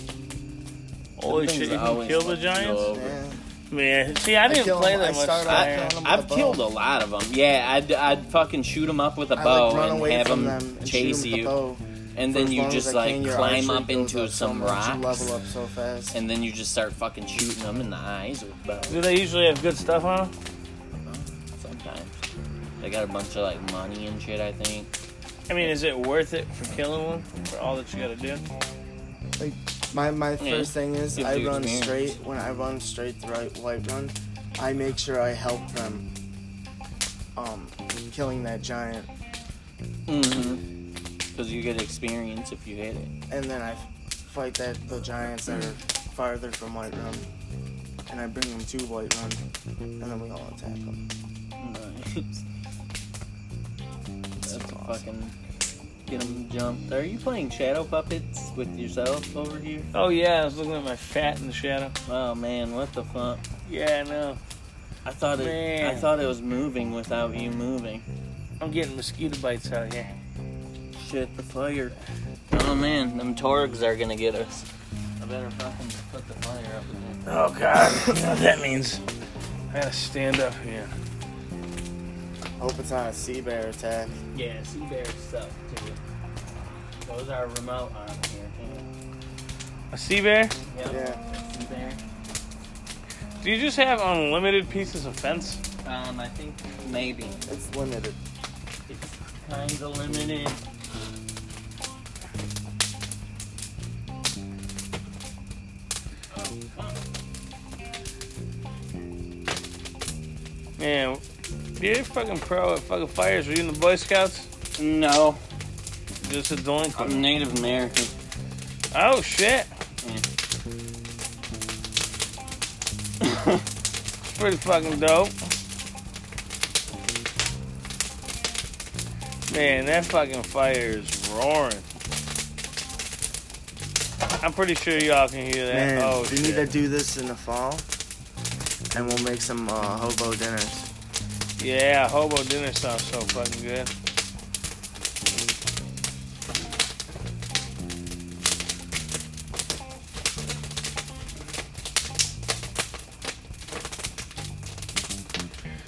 Holy
Them
shit,
things
you can
always
kill the
fucking
giants?
go over.
Yeah.
Man, see, I didn't
kill
play
'em-
that
I
much.
start
Fire.
off killing 'em with
I've
a bow.
killed a lot of them. Yeah, I'd, I'd fucking shoot them up with a
I
bow
like run
and
away
have
from
them,
them and
chase
shoot 'em with
you,
the bow.
and
For
then
as
you
long as
just
I
like
can, your
climb
archery
up
goes
into
up so
some
much, you
rocks,
level up so fast.
and then you just start fucking shooting them in the eyes with bows.
Do they usually have good stuff on them?
Sometimes they got a bunch of like money and shit. I think.
I mean, is it worth it for killing one? For all that you gotta do?
Like my my
Yeah.
first thing is
Gives
I
you
run
experience.
straight. When I run straight the right white run, I make sure I help them. Um, killing that giant,
Mm-hmm. Because you get experience if you hit it.
and then I fight that the giants that are farther from white run, and I bring them to white run, and then we all attack them.
Nice. That's
awesome.
fucking. Get them jumped. Are you playing shadow puppets with yourself over here?
Oh yeah, I was looking at my fat in the shadow.
Oh man, what the fuck!
Yeah, I know.
I thought it. I
Man.
thought it was moving without you moving.
I'm getting mosquito bites out here.
Shit, the fire. Oh man, them torgs are gonna get us. I better fucking put the fire up again.
Oh god, you know what that means? I gotta stand up here.
Hope it's not a sea bear attack.
Yeah, sea bears suck too. Those are remote on here.
A sea bear?
Yeah.
Sea bear.
Do you just have unlimited pieces of fence?
Um, I think maybe
It's limited.
it's kind of limited.
Man, you're a fucking pro at fucking fires. Were you in the Boy Scouts?
No,
Just a delinquent.
I'm Native American.
Oh shit.
Yeah.
Pretty fucking dope. Man, that fucking fire is roaring. I'm pretty sure y'all can hear that.
Man,
oh,
we
shit.
need to do this in the fall, and we'll make some uh, hobo dinners.
yeah, hobo dinner sounds so fucking good.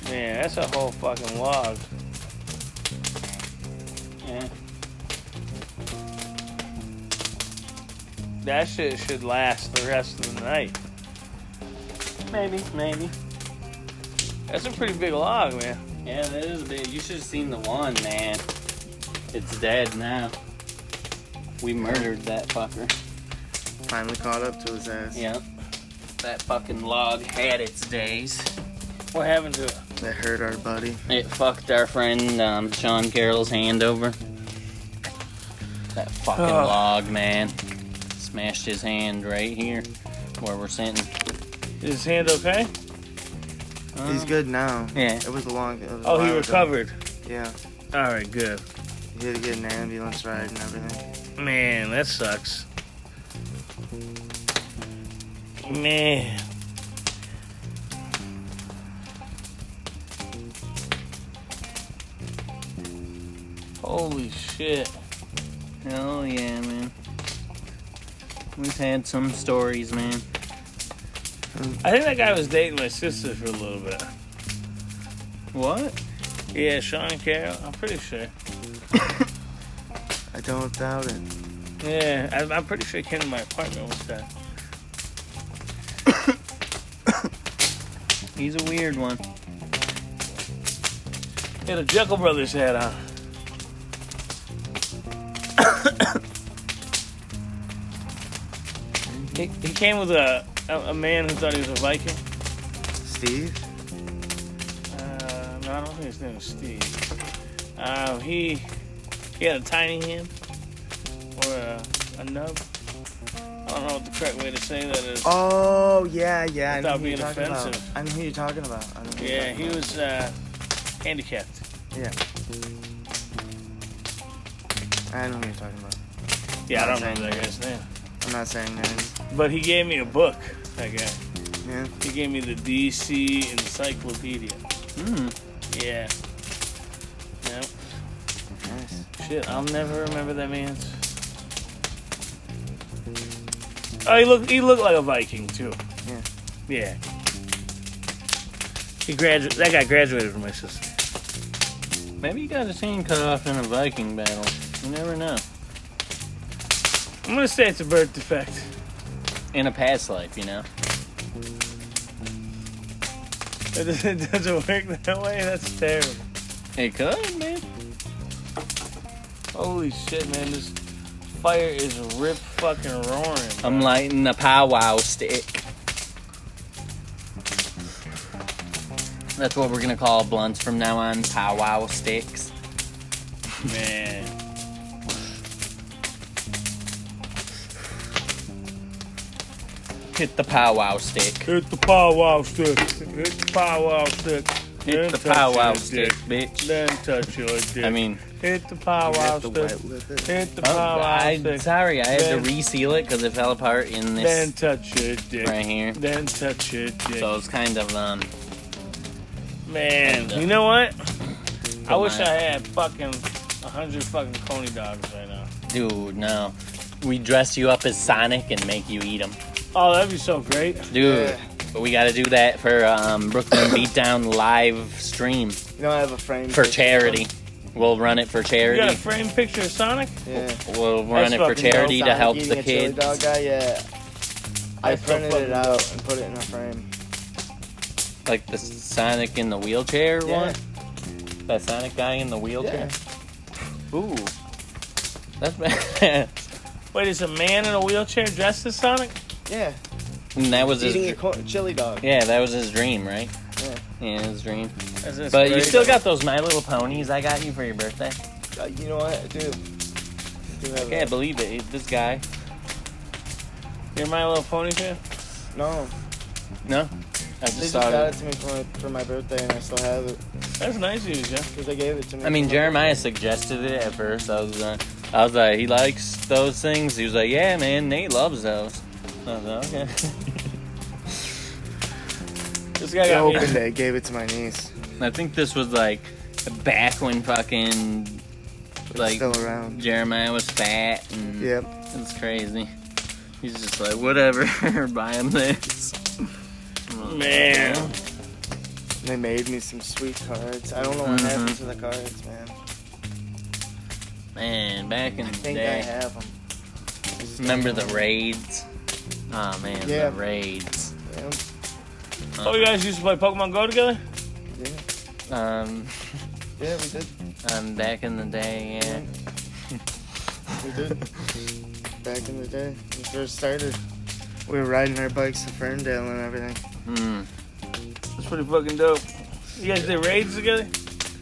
Man, that's a whole fucking log.
Yeah.
That shit should last the rest of the night.
Maybe, maybe.
That's a pretty big log, man.
Yeah, that is big. You should have seen the one, man. It's dead now. We murdered that fucker.
Finally caught up to his ass.
Yep. That fucking log had its days.
What happened to it?
That hurt our buddy.
It fucked our friend um, Sean Carroll's hand over. That fucking
Ugh.
log, man. Smashed his hand right here where we're sitting.
Is his hand okay?
He's good now.
Oh, Yeah.
It was a long. It was a
Oh,
while
he
ago.
recovered.
Yeah.
All right, good.
He had to get an ambulance ride and everything.
Man, that sucks. Man. Holy shit.
Hell Oh, yeah, man. We've had some stories, man.
I think that guy was dating my sister for a little bit.
What?
Yeah, Sean Carroll. I'm pretty sure. Oh.
I don't doubt it.
Yeah, I'm, I'm pretty sure he came to my apartment one time.
He's a weird one.
He had a Jekyll Brothers hat on. he, he came with a, a, a man who thought he was a Viking.
Steve?
Uh, no, I don't think his name was Steve. Um, he he had a tiny hand or a, a nub. I don't know what the correct way to say that is.
Oh, yeah, yeah. I know
Without
who you're
being
talking about.
offensive.
I know who you're talking about. I know who you're
Yeah,
talking
he
about.
was uh, handicapped.
I know who you're talking about.
Yeah, I don't remember that guy's name.
I'm not saying names.
But he gave me a book, that guy.
Yeah.
He gave me the DC Encyclopedia.
Hmm.
Yeah. Yeah.
Nice.
Shit, I'll never remember that man's. Oh, he looked. He looked like a Viking too.
Yeah.
Yeah. He gradu- That guy graduated from my sister.
Maybe he got his hand cut off in a Viking battle. You never know.
I'm gonna say it's a birth defect.
In a past life, you know.
It doesn't it doesn't work that way. That's terrible.
It could, man.
Holy shit, man! This fire is rip fucking roaring.
I'm lighting the powwow stick. That's what we're gonna call blunts from now on. Powwow sticks.
man.
Hit the powwow stick.
Hit the powwow stick. Hit the powwow stick.
Hit the powwow stick, bitch.
Then touch your dick.
I mean,
hit the
You
powwow
hit the
stick.
wet with it.
Hit the
oh,
powwow
I,
stick.
sorry, I had
Then-
to reseal it because it fell apart in
Then
this
touch your dick.
right here.
Then touch your dick.
So it's kind of um.
Man,
And, uh,
you know what? I wish
my-
I had fucking a hundred fucking coney dogs right now.
Dude, no. We dress you up as Sonic and make you eat them.
Oh, that'd be so great.
Dude,
Yeah.
but we gotta do that for um, Brooklyn Beatdown live stream
You know, I have a frame
for
picture.
charity. We'll run it for
You got a
charity.
frame picture of Sonic?
Yeah.
We'll run
That's
it for
fucking
charity to
Sonic
help
eating
the
a chili
kids.
Dog guy, yeah. I
That's so
printed
fucking
it out and put it in a frame.
Like the Sonic in the wheelchair
Yeah.
one? That Sonic guy in the wheelchair? Ooh. That's bad.
Wait, is a man in a wheelchair dressed as Sonic?
Yeah.
and that was
Eating a
his.
co- chili dog.
Yeah, that was his dream, right?
Yeah.
Yeah, his dream.
That's just
But you
great.
still got those My Little Ponies I got you for your birthday.
Uh, you know what, dude? Do have
Can't believe it. This guy.
You're My Little Pony fan?
a- No,
No, I
they
just
just
saw
got
it.
it to me for my, for my birthday, and I still have it
That's nice of you, Jeff.
because they gave it to me.
I mean,
for my-
Jeremiah suggested it at first. I was, uh, I was like, he likes those things. He was like, yeah, man, Nate loves those. I was like, okay.
This guy
They
got me.
opened it, gave it to my niece.
I think this was like back when fucking
It's
like
still around.
Jeremiah was fat and
Yep.
it's crazy. He's just like, whatever, buy him this.
Man.
They made me some sweet cards. I don't know what happened to
Mm-hmm.
the cards, man.
Man, back in
I
the
think I
day.
have them.
Remember the raids? Oh man,
Yeah.
the raids.
Yeah.
Oh, you guys used to play Pokemon Go together?
Yeah.
Um,
yeah, we did.
um, back in the day, yeah.
We did. Back in the day, when we first started, we were riding our bikes to Ferndale and everything.
Hmm.
That's pretty fucking dope. You guys did raids together?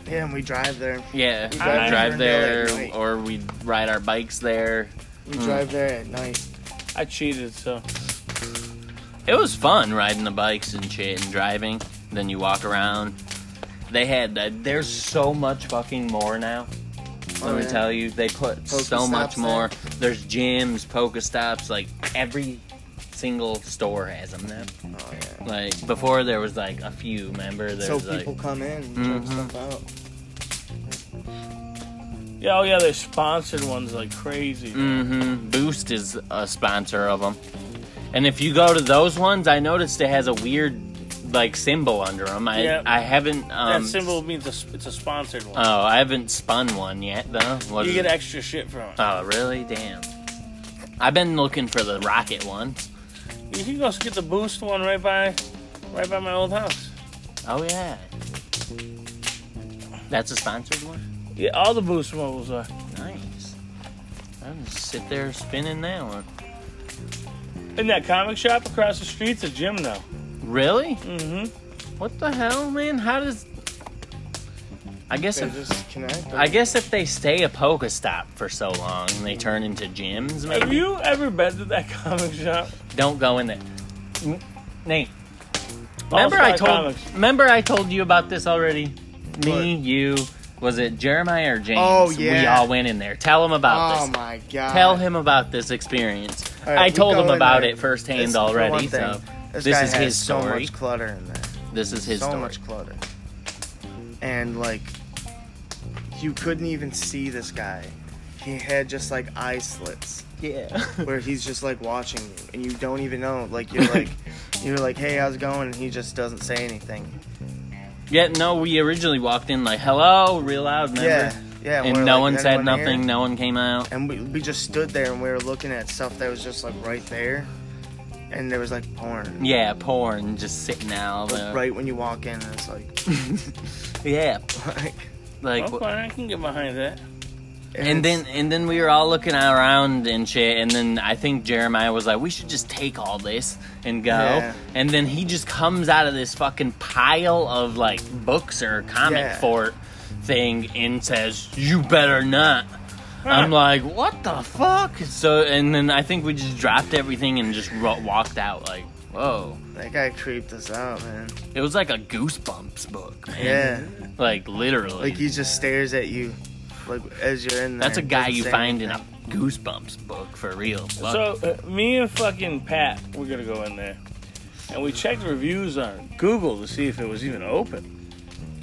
Yeah, and we drive there.
Yeah,
We
we
drive
drive,
there
there,
at night.
or we ride our bikes there.
We
Mm.
drive there at night.
I cheated, so.
It was fun riding the bikes and shit and driving. Then you walk around. They had. Uh, there's so much fucking more now. Let
Oh,
me
yeah.
tell you, they put so
Pokestops
much
now.
more. There's gyms, Pokestops, like every single store has them now.
Oh, yeah.
Like before, there was like a few. Remember,
So
there's like
people come in and check
Mhm.
stuff out.
Yeah, oh yeah, they sponsored ones like crazy.
hmm Boost is a sponsor of them. And if you go to those ones, I noticed it has a weird like symbol under them. I
Yeah.
I haven't um,
that symbol means it's it's a sponsored one.
Oh, I haven't spun one yet though. What
you
is
get
it?
extra shit from it.
Oh, really? Damn. I've been looking for the rocket one.
you can go get the boost one right by, right by my old house.
Oh yeah. That's a sponsored one.
Yeah, all the boost mobiles are.
Nice. I'm just sit there spinning that one.
In that comic shop across the street's a gym now.
Really?
Mm-hmm.
What the hell, man? How does? I guess
They
if
just connect.
I guess if they stay a Pokestop for so long and they turn into gyms,
Have
maybe
you ever been to that comic shop?
don't go in there. N- Nate,
All
remember I
Star
told
Comics.
remember I told you about this already. Me, you, was it Jeremiah or James?
Oh,
we
yeah.
all went in there. Tell him about
Oh
this.
my god.
Tell him about this experience.
All right,
I
we
told
go
him
in
about
there.
it firsthand
This- for
already.
one thing,
So
This,
this
guy
is
has
his
so
story.
much clutter in there.
this is his
so
story.
much clutter. And like, you couldn't even see this guy. He had just like eye slits
Yeah.
where he's just like watching you, and you don't even know. Like you're like, you're like, hey, how's it going? And he just doesn't say anything.
yeah. No, we originally walked in like hello, real loud, remember?
Yeah, yeah.
And
we're
no
like,
one said
"Anyone here?"
nothing. No one came out.
And we, we just stood there and we were looking at stuff that was just like right there, and there was like porn.
Yeah, porn just sitting out
Like,
there.
Right when you walk in, and it's like,
yeah,
like
like
okay, I can get behind that.
and
it's-
then and then we were all looking around and shit and then I think Jeremiah was like we should just take all this and go.
Yeah.
And then he just comes out of this fucking pile of like books or comic
Yeah.
fort thing and says you better not. I'm like, what the fuck? So, and then I think we just dropped everything and just ro- walked out. Like, whoa,
that guy creeped us out, man.
it was like a goosebumps book, man.
Yeah.
Like literally,
Like he just stares at you, like as you're in there.
That's a guy
Doesn't
you
say
find in a
anything.
Goosebumps book for real. Fuck.
So uh, me and fucking Pat, we're gonna go in there, and we checked reviews on Google to see if it was even open.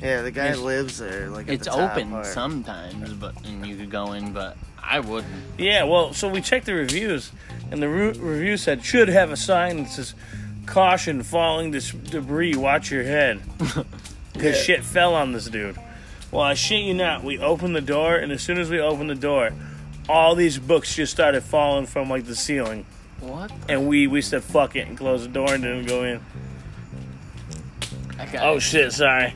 Yeah, the guy
It's-
lives there. Like at
it's
the top
open
part.
sometimes, but and you could go in, but I wouldn't.
Yeah, well, so we checked the reviews, and the re- review said should have a sign that says "Caution: Falling dis- debris. Watch your head," because shit fell on this dude. Well, I shit you not, we opened the door, and as soon as we opened the door, all these books just started falling from like the ceiling,
What?
and we we said fuck it and closed the door and didn't go in.
I got
Oh shit, sorry.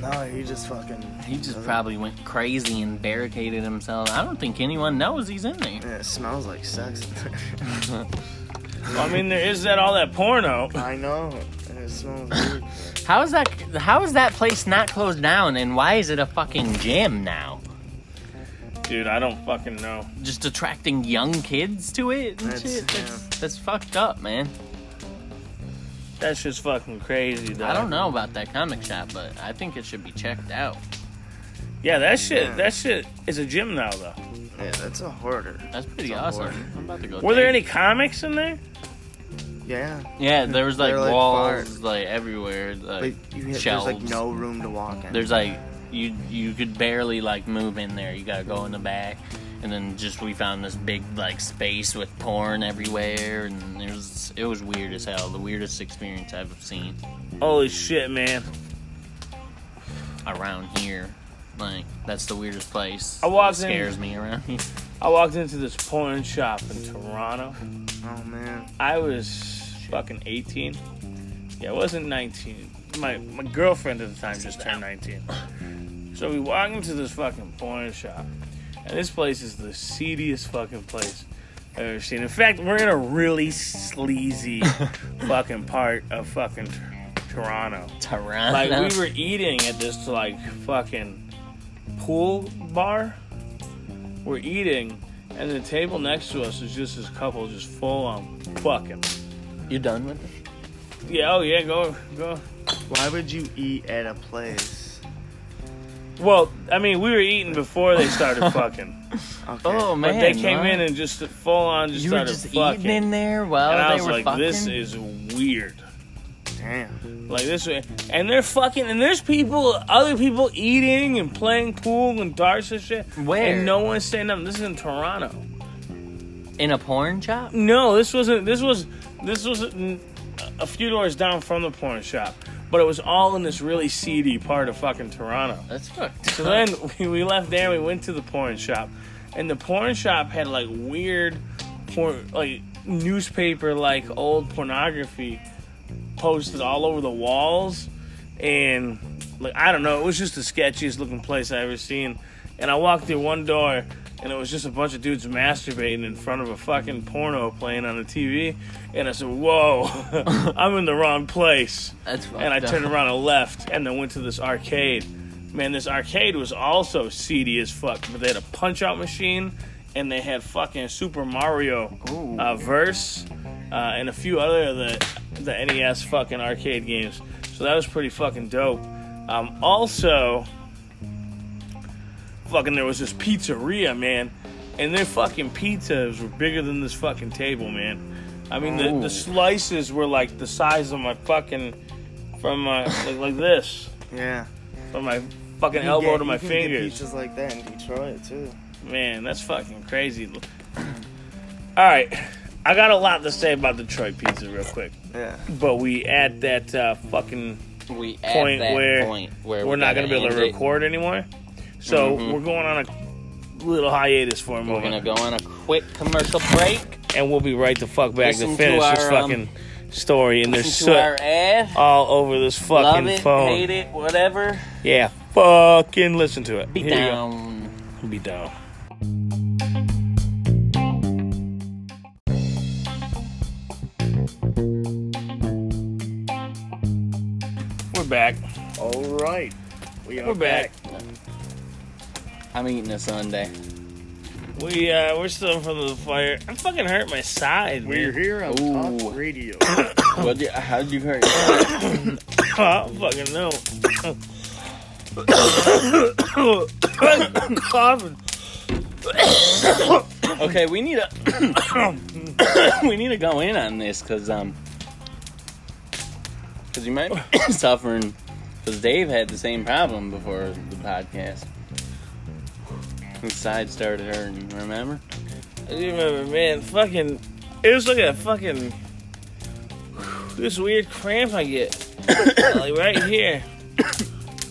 No, he just fucking.
he just probably went crazy and barricaded himself. I don't think anyone knows he's in there.
Yeah, it smells like sex. in there.
Well, I mean, there is that all that porno.
I know. And it smells weird.
How is that? How is that place not closed down? And why is it a fucking gym now?
Dude, I don't fucking know.
Just attracting young kids to it and
That's-
shit.
yeah.
That's, that's fucked up, man.
That's just fucking crazy, though.
I don't know about that comic shop, but I think it should be checked out.
Yeah, that shit.
Yeah.
That shit is a gym now, though.
Yeah, that's a hoarder.
That's pretty
It's a
awesome.
horror.
I'm about to go.
Were there
take-
any comics in there?
Yeah.
Yeah, there was like,
They're, like,
walls like everywhere. Like,
Like you hit, there's
shelves.
like no room to walk in.
There's like you you could barely like move in there. You gotta go in the back, and then just we found this big like space with porn everywhere, and it was it was weird as hell. The weirdest experience I've seen
Holy shit, man!
around here. Like that's the weirdest place.
I walked
It scares
in-
me around here.
I walked into this porn shop in Toronto.
oh man.
I was fucking 18. Yeah, I wasn't 19. My my girlfriend at the time just turned 19. So we walk into this fucking porn shop, and this place is the seediest fucking place I've ever seen. In fact, we're in a really sleazy fucking part of fucking Tor- Toronto.
Toronto.
Like we were eating at this like fucking pool bar. We're eating, and the table next to us is just this couple just full on fucking.
you done with it?
Yeah, oh yeah, go go
Why would you eat at a place?
Well, I mean, we were eating before they started fucking.
Okay.
Oh man,
but they came
huh?
in and just full on just
you were
started
just
fucking.
eating in there while
and
they
I was
were
like,
fucking.
this is weird.
damn.
Like this, and they're fucking, and there's people, other people eating and playing pool and darts and shit.
Where?
And no one's standing up. This is in Toronto.
in a porn shop.
No, this wasn't. This was this was n- a few doors down from the porn shop, but it was all in this really seedy part of fucking Toronto.
That's fucked.
So
up.
then we, we left there. and We went to the porn shop, and the porn shop had like weird, porn, like newspaper like old pornography posted all over the walls, and like I don't know. It was just the sketchiest looking place I ever seen. And I walked through one door, and it was just a bunch of dudes masturbating in front of a fucking porno playing on the TV. And I said, "Whoa, I'm in the wrong place."
That's fucked
and I
up.
turned around and left, and then went to this arcade. Man, this arcade was also seedy as fuck, but they had a punch out machine, and they had fucking Super Mario
Ooh.
uh, Verse, uh, and a few other of the the NES fucking arcade games. So that was pretty fucking dope. Um, also, fucking there was this pizzeria, man, and their fucking pizzas were bigger than this fucking table, man. I mean, the,
Ooh.
the slices were like the size of my fucking from my like, like this
Yeah.
from my fucking
You
elbow
get-
to my
you can
fingers.
Get pizzas like that in Detroit too.
Man, that's fucking crazy. All right, I got a lot to say about Detroit pizza, real quick.
Yeah.
But we at that uh, fucking
we at
point
that
where
point where
we're not
going
gonna be able to record anymore. So
Mhm.
we're going on a little hiatus for a
We're gonna
moment,
go on a quick commercial break.
and we'll be right the fuck back
Listen
to
to
finish this
our, um,
fucking story. And there's
Listen to
soot
our ad.
all over this
Love
fucking
it,
phone.
hate it, whatever.
Yeah, fucking listen to it.
Be
Here you go.
down.
Be down. We're back.
All right. We are
We're back.
I'm eating a Sunday.
We uh, we're still in front of the fire. I'm fucking hurt my side.
We're
man.
here on
Ooh.
Talk Radio.
Oh.
What? How'd you hurt?
I don't fucking know. I'm coughing.
okay, we need to we need to go in on this because um because you might be suffering because Dave had the same problem before the podcast. His side started hurting. Remember?
You remember, man? Fucking, it was like a fucking this weird cramp I get, like right here,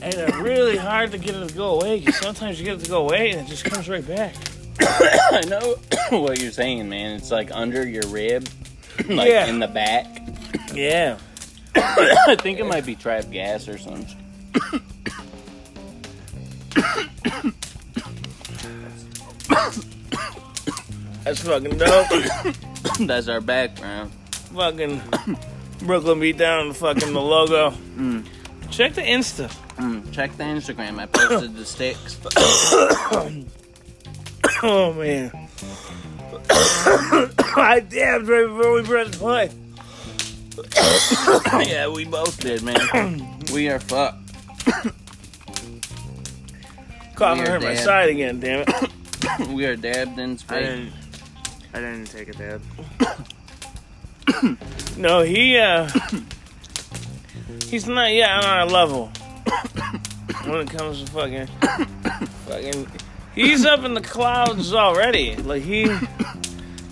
and it's really hard to get it to go away. 'cause sometimes you get it to go away and it just comes right back.
I know what you're saying, man. It's like under your rib, like
Yeah.
in the back.
Yeah,
I think it might be trap gas or something.
that's fucking dope.
That's our background.
fucking Brooklyn beat down the fucking the logo. Check the Insta.
Mm, check the Instagram. I posted the sticks.
Oh man. I dabbed right before we pressed play.
yeah, we both did, man. we are fucked.
Coughing
Weird
hurt my
dab.
side again, damn it.
We are dabbed in
I
space.
didn't. I didn't take a dab.
No, he uh he's not yet on our level when it comes to fucking fucking he's up in the clouds already. Like he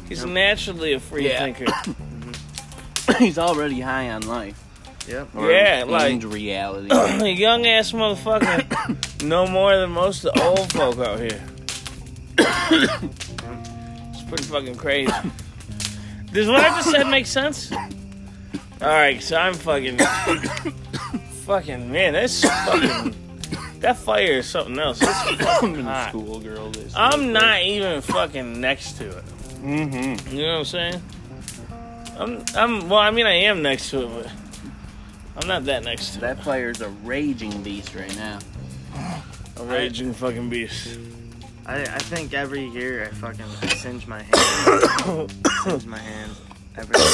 he's naturally a free
Yeah.
thinker.
He's already high on life.
Yep.
Yeah,
and
like-
reality.
A young ass motherfucker no more than most of the old folk out here. it's pretty fucking crazy. Does what I just said make sense? Alright, so I'm fucking fucking man, that's fucking that fire is something else. It's fucking hot.
schoolgirl. This.
I'm not even fucking next to it.
Mm-hmm.
You know what I'm saying? I'm I'm well I mean I am next to it, but I'm not that next to it.
That fire's a raging beast right now.
A raging fucking beast.
I, I think every year I fucking I singe my hands.
Mm.
singe my hands every year.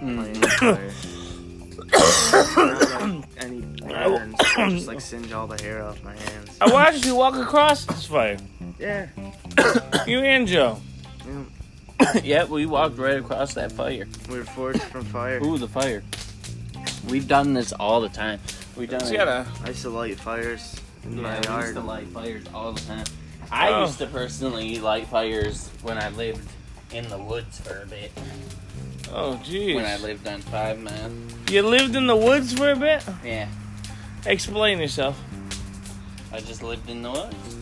Playing with fire. any hands. I just like singe all the hair off my hands.
I watched you walk across this fire.
Yeah.
You and Joe.
yeah.
yep, we walked right across that fire.
We were forged from fire.
Ooh, the fire. We've done this all the time. We've done
Just
it.
gotta-
I used to light fires in
Yeah,
my
I used
yard.
to light fires all the time. I
Oh.
used to personally light fires when I lived in the woods for a bit.
Oh, jeez.
When I lived on Five Man.
you lived in the woods for a bit?
Yeah,
Explain yourself.
I just lived in the woods.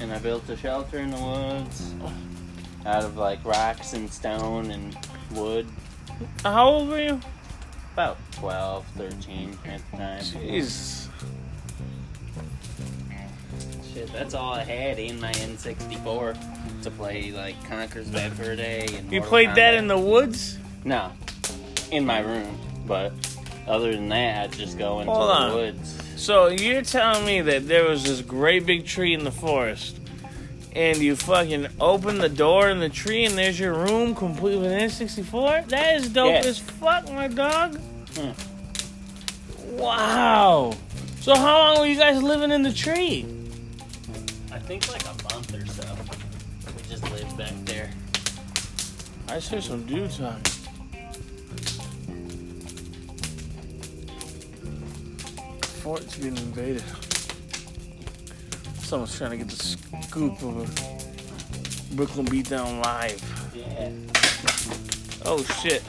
And I built a shelter in the woods out of like rocks and stone and wood.
Uh, How old were you?
About 12, 13 at the time.
Jeez.
Shit, that's all I had in my N64 to play like Conker's Bad Fur Day. And
You
Mortal
played that
Kombat.
in the woods?
No, in my room. But other than that, I'd just go into
Hold
the
on.
woods.
So you're telling me that there was this great big tree in the forest, and you fucking open the door in the tree, and there's your room complete with an N64? That is dope
Yeah.
as fuck, my dog.
Hmm.
Wow. So how long were you guys living in the tree?
I think like a month or so. We just lived back there.
I just hear some dude talking. Fort's getting invaded. Someone's trying to get the scoop of a Brooklyn Beatdown live.
Yeah.
Oh shit.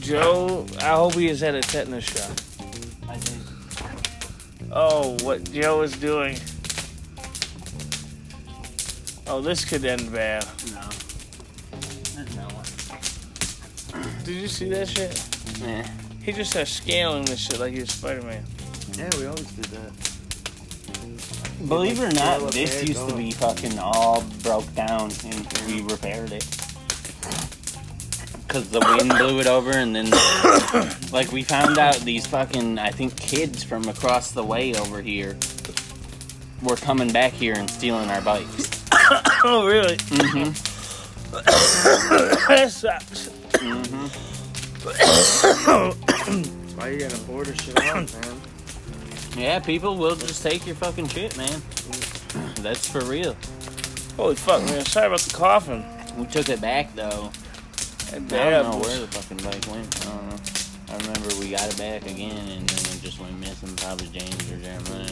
Joe, I hope he is at a tetanus shot.
I did.
Oh, what Joe is doing. Oh, this could end bad.
No. There's no one.
Did you see that shit?
Yeah.
He just starts scaling this shit like he's Spider Man.
Yeah, we always did that.
Believe it or not,
Scale up
this
there,
used to
go.
be fucking all broke down and we repaired it. Cause the wind blew it over and then like we found out these fucking I think kids from across the way over here were coming back here and stealing our bikes.
Oh, really?
Mm-hmm.
that sucks.
Mm-hmm.
That's why you gotta border shit out, man.
Yeah, people will just take your fucking shit, man. That's for real.
Holy fuck, man. Sorry about the coughing.
We took it back though.
That
I
dab
don't know
was-
where the fucking bike went. I don't know. I remember we got it back again and then it just went missing. Probably James or Jeremiah.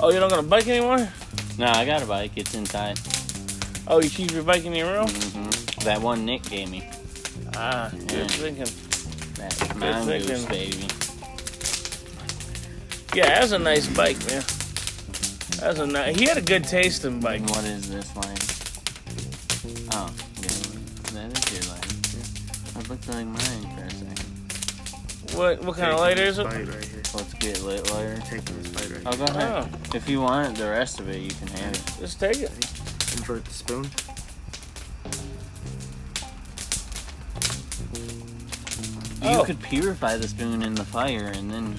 Oh, you're not gonna bike anymore?
No, I got a bike. It's inside.
Oh, you keep your bike in your room?
hmm That one Nick gave me.
Ah,
Yeah.
good thinking.
That mongoose
thinking.
baby.
Yeah, that was a nice bike, man. That was a nice. He had a good taste in bike.
And what is this line? Oh, yeah, that is your line. It looked like mine for a second.
What what kind of lighter is it?
Taking this bite right here.
Let's get lit later.
Taking this bite right
Oh,
here.
go ahead.
Oh,
If you want the rest of it, you can have it.
just take it.
Invert the spoon.
Oh.
You could purify the spoon in the fire and then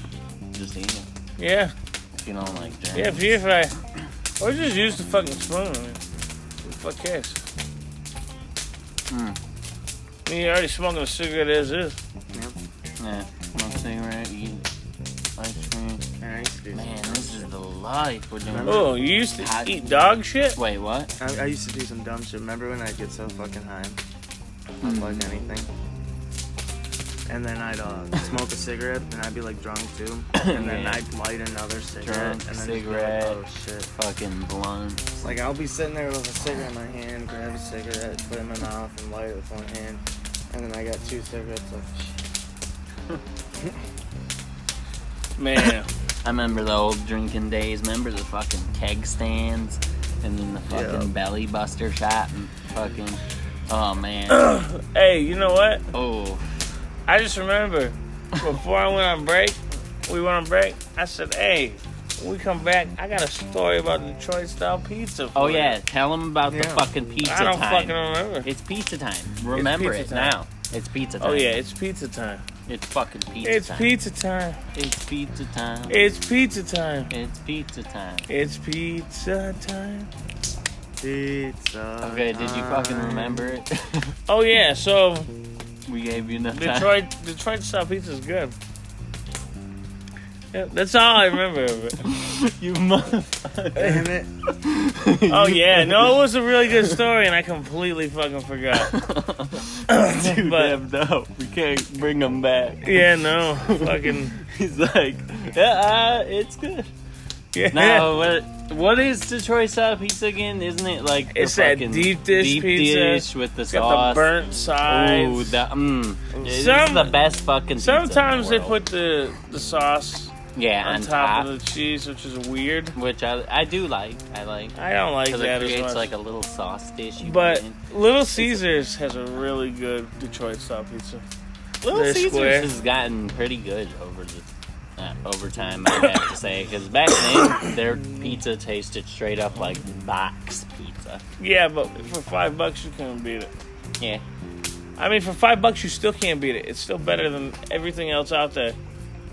just eat it.
Yeah,
If you don't like that.
yeah. Purify. Or just use the fucking spoon. I mean, who the fuck cares?
Mm.
I mean, you're already smoking a cigarette as is.
Yeah. Smoke cigarette, eat ice cream.
Alright, excuse me.
Man, this is the life we're doing.
Oh, you used to eat dog shit?
Wait, what?
I, I used to do some dumb shit. Remember when I'd get so fucking high?
Hmm.
Not like
Hmm.
anything. And then I'd uh, smoke a cigarette, and I'd be like drunk too. And then
Yeah.
I'd light another cigarette,
Drunk,
and then
cigarette.
Just be like, oh shit!
Fucking blunt.
It's like I'll be sitting there with a cigarette in my hand, grab a cigarette, put it in my mouth, and light it with one hand. And then I got two cigarettes left. Shit.
Man,
I remember the old drinking days. Remember the fucking keg stands, and then the fucking
Yeah.
belly buster shot, and fucking. Oh man.
hey, you know what?
oh.
I just remember before I went on break, we went on break. I said, "Hey, when we come back, I got a story about Detroit style pizza." for
Oh
you."
yeah. Tell them about the
Yeah.
fucking pizza
I don't
time.
fucking remember.
It's pizza time. Remember
pizza
it
time.
now. It's pizza time.
Oh yeah, it's pizza time.
It's fucking pizza
It's
time.
pizza time.
it's pizza time.
It's pizza time.
It's pizza time.
It's pizza time.
Pizza. Uh,
Okay, did you fucking
time.
remember it?
Oh yeah, so
We gave you enough time.
Detroit, Detroit style pizza is good. Yeah, that's all I remember of it.
you motherfucker.
Damn it.
Oh yeah, no, it was a really good story, and I completely fucking forgot.
Dude,
But-
damn, no. We can't bring him back.
Yeah, no, fucking
He's like, yeah, uh, it's good.
yeah.
No, what what is Detroit style pizza again? Isn't it like the
It's that
fucking
deep dish
deep
pizza.
dish with the
it's got the
sauce?
burnt sides.
Ooh, that mm. This is
Some-
the best fucking. pizza in the
Sometimes they
world.
put the the sauce
yeah
on top, of the cheese, which is weird.
which I I do like. I like
I don't like
because
that
it
as
creates
much.
like a little sauce dish. You
but
put in.
Little Caesars has a really good Detroit style pizza.
Little
they're
Caesars
square.
has gotten pretty good over the. Uh, over time, I have to say, because back then their pizza tasted straight up like box pizza.
Yeah, but for five bucks you couldn't beat it.
Yeah,
I mean, for five bucks, you still can't beat it. It's still better than everything else out there.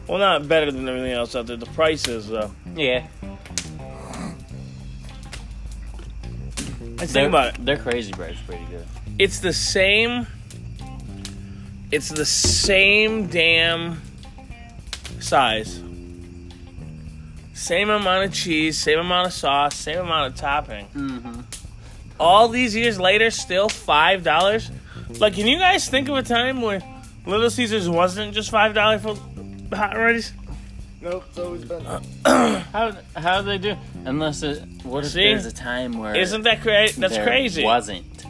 Well, not better than everything else out there. The price is though.
yeah.
I
Their,
think about it.
their crazy bread's pretty good.
It's the same. It's the same damn size. Same amount of cheese, same amount of sauce, same amount of topping.
Mm-hmm.
All these years later, still five dollars. Like, can you guys think of a time where Little Caesars wasn't just five dollars for hot rice?
Nope, it's always been.
Uh, How how do they do? Unless it what if
See?
there's a time where
Isn't that crazy? That's
there
crazy.
Wasn't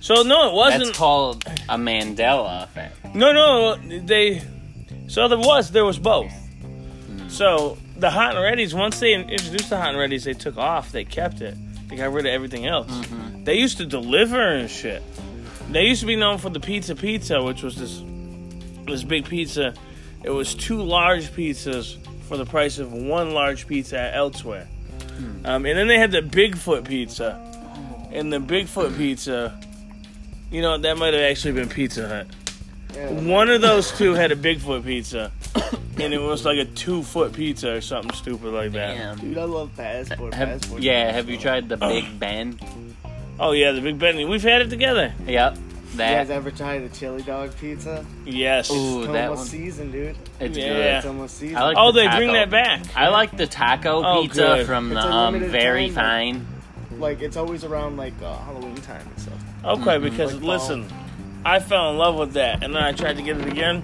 So no, it
that's
wasn't.
called a Mandela effect?
no, no, they. So there was, there was both. So the hot and ready's once they introduced the hot and ready's, they took off. They kept it. They got rid of everything else. They used to deliver and shit. They used to be known for the pizza pizza, which was this this big pizza. It was two large pizzas for the price of one large pizza elsewhere. Um, and then they had the Bigfoot pizza. And the Bigfoot pizza, you know, that might have actually been Pizza Hut.
Yeah.
One of those two had a Bigfoot pizza, and it was like a two foot pizza or something stupid like that.
Damn.
Dude, I love passport.
Have,
passport
yeah, have you tried the Big Ben?
Oh yeah, the Big Ben. We've had it together.
Yep.
You guys
That.
ever tried a chili dog pizza?
Yes.
Ooh,
It's
that
almost
one.
season, dude.
It's
Yeah.
good.
It's almost season.
I like
oh,
the
they bring
taco.
that back.
I like the taco
Oh,
pizza
good.
from the
It's a
um,
limited
Very
time,
Fine.
like it's always around like uh, Halloween time and stuff.
Okay,
Mm-hmm.
because
Like
listen, I fell in love with that, and then I tried to get it again,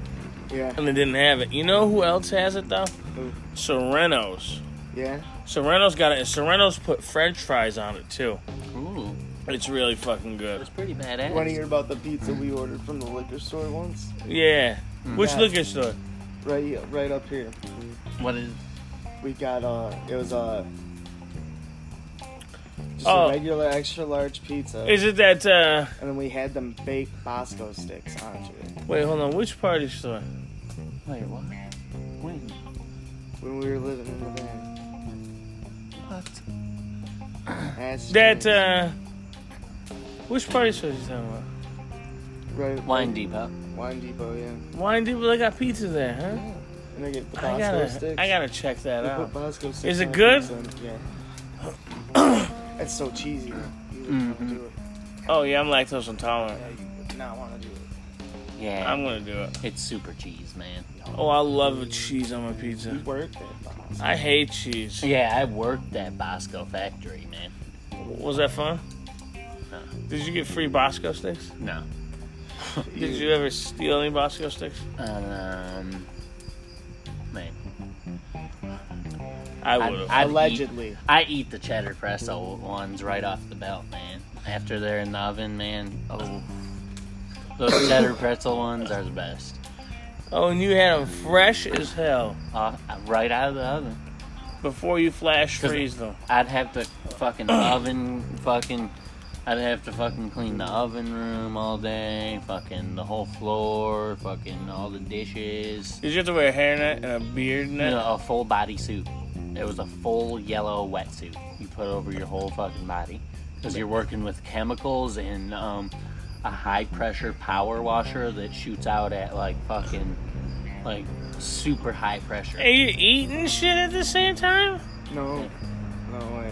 Yeah,
and they didn't have it. You know who else has it though?
Who?
Sereno's.
yeah.
Sereno's got it, and Sereno's put French fries on it too.
Ooh,
It's really fucking good.
that's pretty
You want to
badass.
hear about the pizza we ordered from the liquor store once?
Yeah.
Mm.
Which
Yeah.
liquor store?
Right, here, right up here.
What is?
We got uh, it was uh, just
Oh.
a regular extra large pizza,
Is it that? uh
and then we had them baked Bosco sticks onto it
Wait, hold on. Which party store?
Wait, what? When?
when we were living in the van.
What?
That's
That
changed.
uh which party store you talking about?
right
Wine Depot.
Wine Depot, yeah.
Wine Depot they got pizza there, huh?
And they get the Bosco
I gotta
sticks.
I gotta check that
They
out.
put Bosco sticks.
Is it
on the
good?
pizza and- Yeah. That's so cheesy. though. You would
Mhm.
want to do it.
Oh yeah, I'm lactose intolerant.
Yeah, you would not want to do it.
Yeah.
I'm gonna do it.
it's super cheese, man.
Oh I love the cheese on my
We
pizza.
worked at Bosco.
I hate cheese.
Yeah, I worked at Bosco Factory, man.
Was that fun?
No.
Did you get free Bosco sticks?
No.
Did you ever steal any Bosco sticks?
Um. Man,
I
I-
would have.
I- I'd eat-
Allegedly.
I eat the cheddar presso ones right off the belt, man. After they're in the oven, man. Oh, those cheddar pretzel ones are the best.
Oh, and you had them fresh as hell
Off, right out of the oven.
before you flash
'Cause-
freeze them.
I'd have to fucking oven fucking. I'd have to fucking clean the oven room all day, fucking the whole floor, fucking all the dishes.
Did you have to wear a hairnet and a beard net?
No, a full body suit. It was a full yellow wetsuit you put over your whole fucking body because you're working with chemicals and um, a high pressure power washer that shoots out at like fucking like super high pressure.
Are you eating shit at the same time?
No. No way.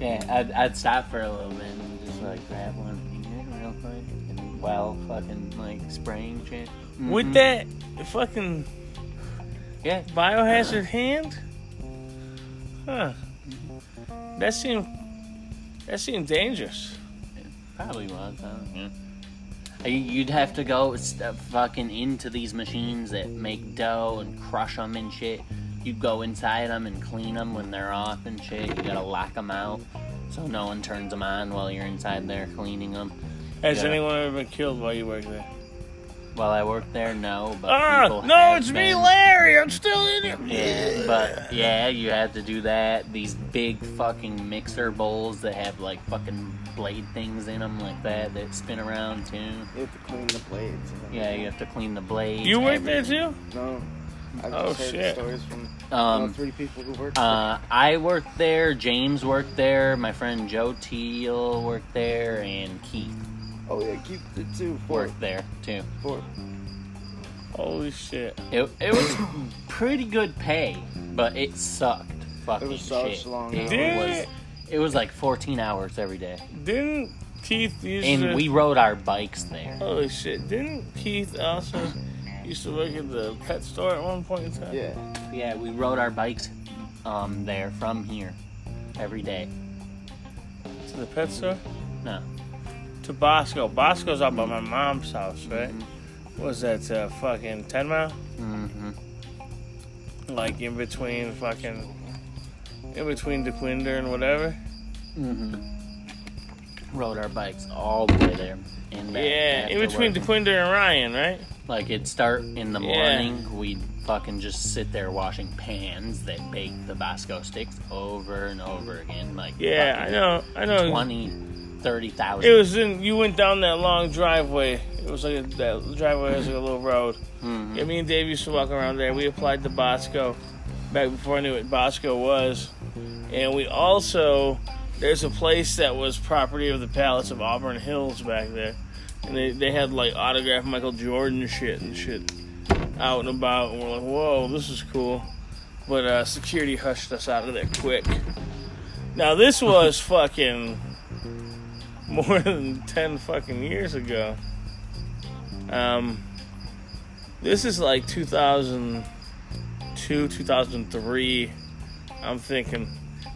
Yeah, I'd, I'd stop for a little bit and just like grab one and eat it real quick. And while fucking like spraying shit.
With that fucking
Yeah.
biohazard hand? Huh. That seemed that seemed dangerous.
Probably was. I don't know. Uh, you- You'd have to go st- fucking into these machines that make dough and crush them and shit. You'd go inside them and clean them when they're off and shit. You gotta lock them out so no one turns them on while you're inside there cleaning them.
Has
Yeah.
anyone ever been killed while you worked there?
While I worked there, no, but
Ah,
people
no,
have
it's me,
been.
Larry. I'm still in here.
Yeah, but yeah, you have to do that. These big fucking mixer bowls that have like fucking blade things in them like that that spin around too.
You have to clean the blades. and
Yeah, you have to clean the blades.
You worked
have
there
it-
too?
No. I've
Oh,
just heard
shit.
stories from you know,
Um,
three people who worked.
uh, I worked there. James worked there. My friend Joe Teal worked there, and Keith
there. oh yeah, keep the two four
worked there too.
four.
Holy shit.
It, it was pretty good pay, but it sucked. Fucking
such
shit.
long
it
hours.
was. It was like 14 hours every day,
Didn't Keith use
and
to-
we rode our bikes there.
Holy shit. Didn't Keith also used to work at the pet store at one point in time?
Yeah.
Yeah, we rode our bikes um, there from here every day.
To the pet store?
No,
To Bosco. Bosco's out by my mom's house, right? Was that uh, fucking 10 mile?
hmm
Like in between fucking. In between DeQuinder and whatever?
Mm-hmm. rode our bikes all the way there. And back
Yeah, in
after
between
work.
DeQuinder and Ryan, right?
like it'd start in the
Yeah.
morning. We'd fucking just sit there washing pans that bake the Bosco sticks over and over again. Like
Yeah, I
fucking
know. I know.
20, 30,000.
It was in. You went down that long driveway. It was like a, that driveway was like a little road.
Mhm.
Yeah, me and Dave used to walk around there. We applied to Bosco back before I knew what Bosco was, and we also there's a place that was property of the Palace of Auburn Hills back there, and they they had like autographed Michael Jordan shit and shit out and about, and we're like, whoa, this is cool. But uh, security hushed us out of there quick. Now this was fucking more than 10 fucking years ago. Um, this is like 2002, 2003. I'm thinking,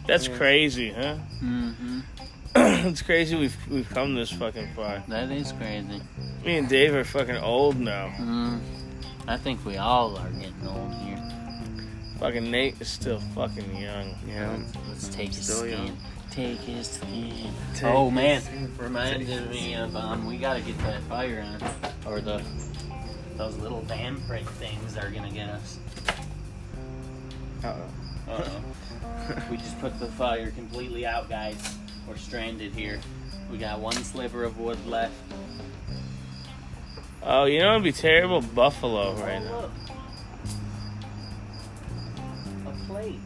that's crazy, huh?
Mhm.
it's crazy we've, we've come this fucking far.
That is crazy.
Me and Dave are fucking old now.
Mm. I think we all are getting old here.
Fucking Nate is still fucking young.
Yeah.
Let's take his
Still young.
skin. Take his skin.
Take
oh
his
man,
skin.
reminded me of um, we gotta get that fire on, or the those little damn prick things are gonna get us.
Uh-oh.
Uh-oh. we just put the fire completely out, guys. We're stranded here. We got one sliver of wood left.
Oh, you know it'd be terrible buffalo right now.
Oh, look. A plate.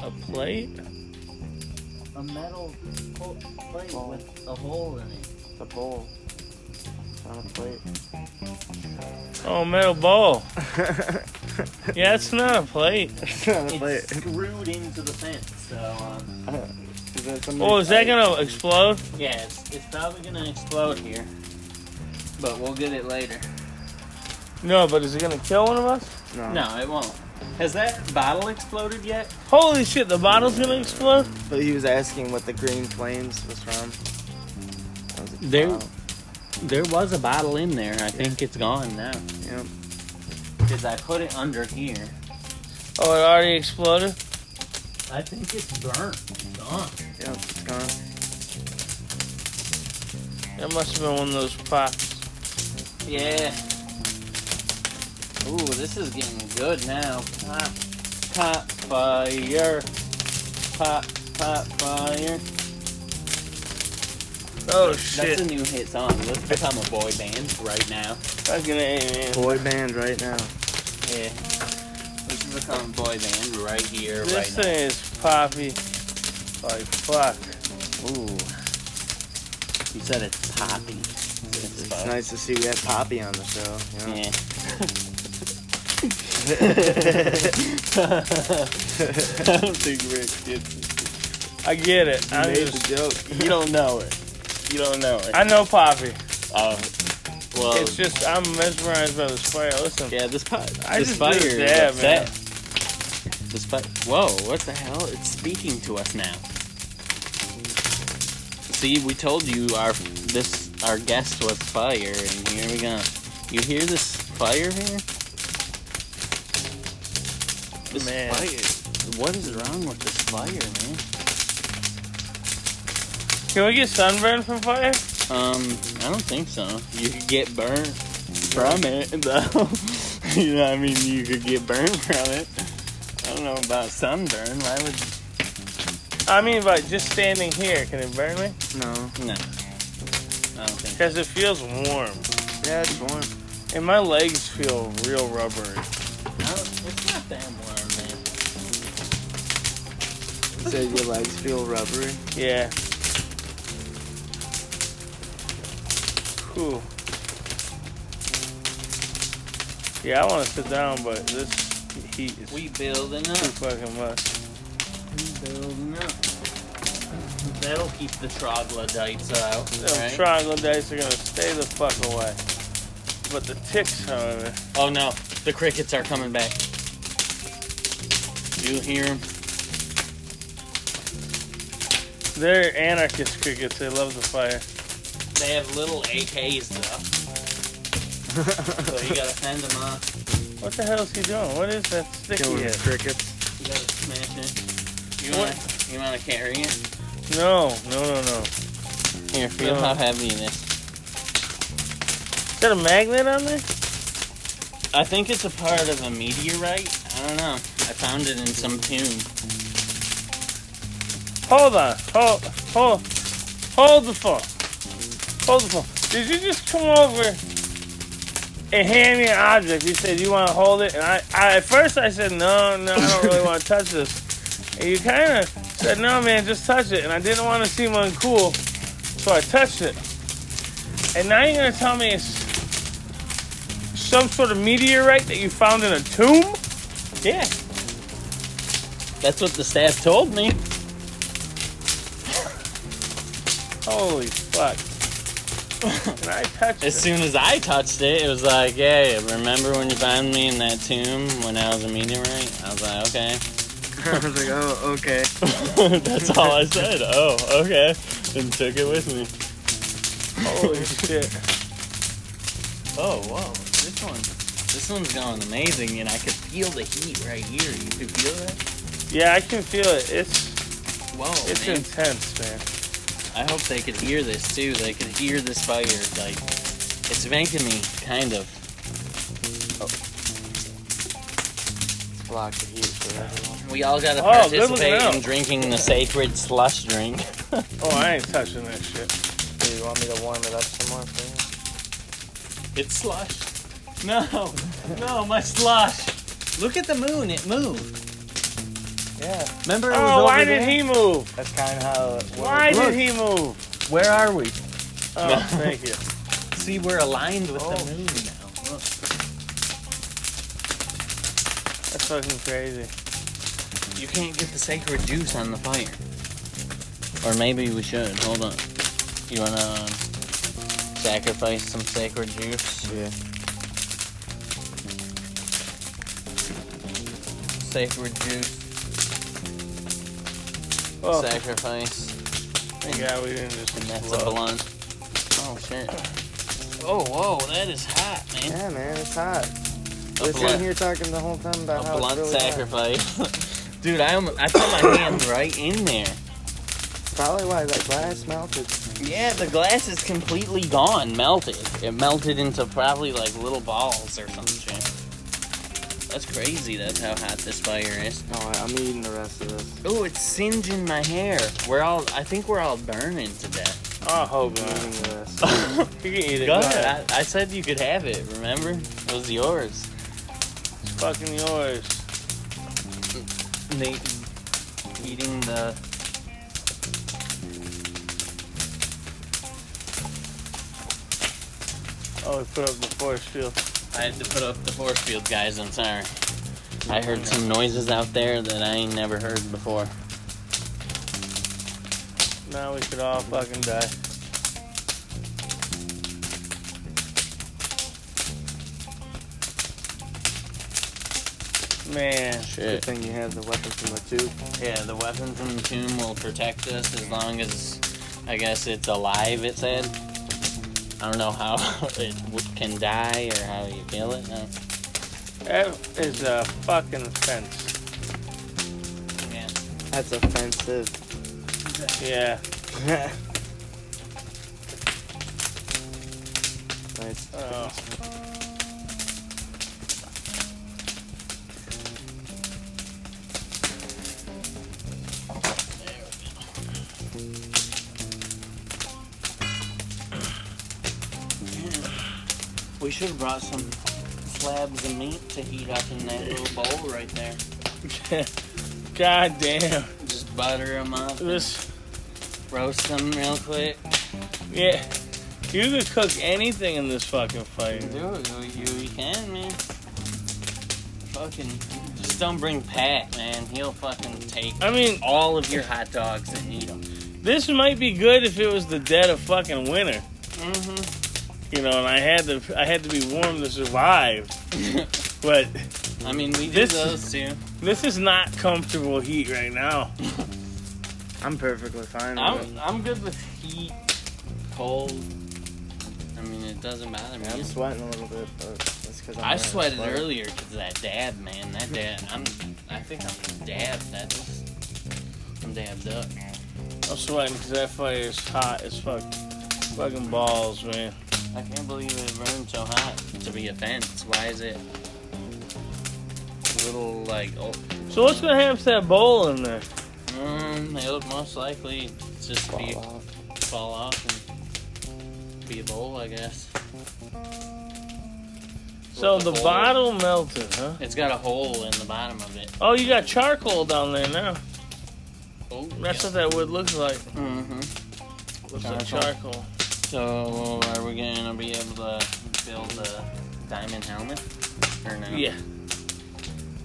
A plate?
A metal pl- plate
Oh.
with a hole in it.
It's a bowl. It's on a plate.
Oh, metal bowl. Yeah, it's not a plate.
it's on a plate.
It's screwed into the fence, so um,
Is that something?
Oh, is that gonna explode?
Yeah, it's, it's probably gonna explode here, but we'll get it later.
No, but is it gonna kill one of us?
No.
No, it won't. Has that bottle exploded yet?
Holy shit, the bottle's gonna explode?
But he was asking what the green flames was from. I was like, oh,
They-
wow.
There was a bottle in there. I think it's gone now.
Yeah.
Because I put it under here.
Oh, it already exploded?
I think it's burnt. It's gone.
Yeah. It's gone.
That must have been one of those pops.
Yeah. Ooh, this is getting good now. Pop, pop, fire. Pop, pop, fire.
Oh
That's a
shit.
new hit song. Let's become a boy band right now.
Fucking A, man.
Boy band right now.
Yeah. We should become a boy band right here,
This
right
thing is poppy. Like fuck.
Ooh.
now. You said it's poppy. It's
It's nice to see we have Poppy on the show. You know?
Yeah. I don't think Rick did.
I get it. I'm
Made the
just,
joke.
You don't know it. You don't know her.
I know Poppy.
Oh, well,
It's just I'm mesmerized by this fire. Listen,
Oh. yeah. This, pot,
I
this
just
fire.
did a dab,
is
man.
upset. This fire. Whoa! What the hell? It's speaking to us now. See, we told you our this our guest was fire, and here we go. You hear this fire here? This
Man.
fire. What is wrong with this fire, man?
can we get sunburned from fire?
Um, I don't think so. You could get burnt from it, though. you know, what I mean, you could get burnt from it. I don't know about sunburn. Why would
I mean, by just standing here, can it burn me?
No.
no? I don't think.
Because it feels warm,
Yeah, it's warm.
and my legs feel real rubbery.
No, it's not that warm, man.
You said your legs feel rubbery.
Yeah. Cool. Yeah, I want to sit down, but this heat is
We building
too
up.
fucking much.
We building up. That'll keep the troglodytes out,
Them
right?
troglodytes are gonna stay the fuck away. But the ticks, however,
oh no, the crickets are coming back. Do you hear 'em?
they're anarchist crickets. They love the fire.
They have little AKs though, so you gotta fend them off.
What the hell is he doing? What is that sticky?
Killing
Head?
crickets.
You gotta smash it. You
What?
wanna, you wanna carry it?
No, no, no, no.
Here, feel
No.
how heavy it is.
Is that a magnet on there?
I think it's a part of a meteorite. I don't know. I found it in some tomb.
Hold on. Hold, hold, hold the phone. Hold the phone. Did you just come over and hand me an object? You said you want to hold it, and I, I at first I said no, no, I don't really want to touch this. And you kind of said no, man, just touch it, and I didn't want to seem uncool, so I touched it. And now you're gonna tell me it's some sort of meteorite that you found in a tomb?
Yeah. That's what the staff told me.
Holy fuck! and I touched
As
it.
soon as I touched it, it was like, hey, remember when you found me in that tomb when I was a meteorite? I was like, okay.
I was like, oh, okay.
That's all I said. Oh, okay. And took it with me.
Holy shit!
Oh, whoa. This one. This one's going amazing, and I could feel the heat right here. You could feel that?
Yeah, I can feel it. It's
Whoa,
it's
man.
intense, man.
I hope they could hear this too. They could hear this fire. Like, it's making me kind of.
Block the heat for everyone.
We all gotta
Oh, good looking
participate in
out.
drinking the sacred slush drink.
Oh, I ain't touching that shit.
Do you want me to warm it up some more for you?
It's slush. No, no, my slush. Look at the moon. It moved.
Yeah,
Remember, it was
Oh,
over
why
there?
did he move?
that's kind of how. It
Why
works.
did he move?
Where are we?
Oh,
No.
thank you.
See, we're aligned with
Oh.
the moon now. Look.
That's fucking crazy.
You can't get the sacred juice on the fire. Or maybe we should. Hold on. You wanna um, sacrifice some sacred juice?
Yeah.
Sacred juice.
Oh,
Sacrifice.
thank God we didn't just
And that's a
explode.
blunt. Oh shit. Oh whoa, that is hot, man.
Yeah, man, it's hot.
A
We're sitting
blunt,
here talking the whole time
a
about how
blunt
it's really hot.
sacrifice. Dude, I almost, I put my hand right in there.
Probably why that glass melted.
Yeah, the glass is completely gone, melted. It melted into probably like little balls or some shit. That's crazy. That's how hot this fire is.
No, Oh, I- I'm eating the rest of this.
Oh, it's singeing my hair. We're all. I think we're all burning to death.
I hope
I'm
not.
eating the rest.
You can eat it.
Go ahead. I, I said you could have it. Remember, it was yours.
It's fucking yours.
Nate eating the.
Oh, we put up the force field.
I had to put up the force field, guys. I'm sorry. I heard some noises out there that I ain't never heard before.
Now we could all fucking die. Man.
Good
Shit.
thing you have the weapon from the tube.
Yeah, the weapon from the tomb will protect us as long as, I guess, it's alive, it said. I don't know how it w- can die or how you kill it. No.
That is a fucking fence.
Yeah.
That's offensive.
Yeah.
That's
Oh.
We should have brought some slabs of meat to heat up in that little bowl right there.
God damn.
Just butter them up,
This.
roast them real quick.
Yeah. You could cook anything in this fucking fire.
Do it, you, you can, man. Fucking, just don't bring Pat, man. He'll fucking take
I mean,
all of your hot dogs and eat them.
this might be good if it was the dead of fucking winter.
Mm-hmm.
You know, and I had to I had to be warm to survive. But
I mean, we do
This-
those too.
this is not comfortable heat right now.
I'm perfectly fine. with it.
I'm, I'm good with heat, cold. I mean, it doesn't bother me.
Yeah, I'm sweating a little bit, but that's because
I sweated earlier because that dab, man. That dab. I'm. I think I'm dabbed. That's. I'm dabbed up.
I'm sweating because that fire is hot as fuck. Fucking balls, man.
I can't believe it burned so hot to be a fence. Why is it? a Little like oh,
So what's gonna happen to that bowl in there?
um, it'll most likely just be fall off and be a bowl, I guess.
So
With
the
hole.
bottle melted, huh?
It's got a hole in the bottom of it.
Oh, you got charcoal down there now.
Oh,
That's what that wood looks like.
hmm
Looks like
Charcoal.
charcoal.
So are we gonna be able to build a diamond helmet or no?
Yeah,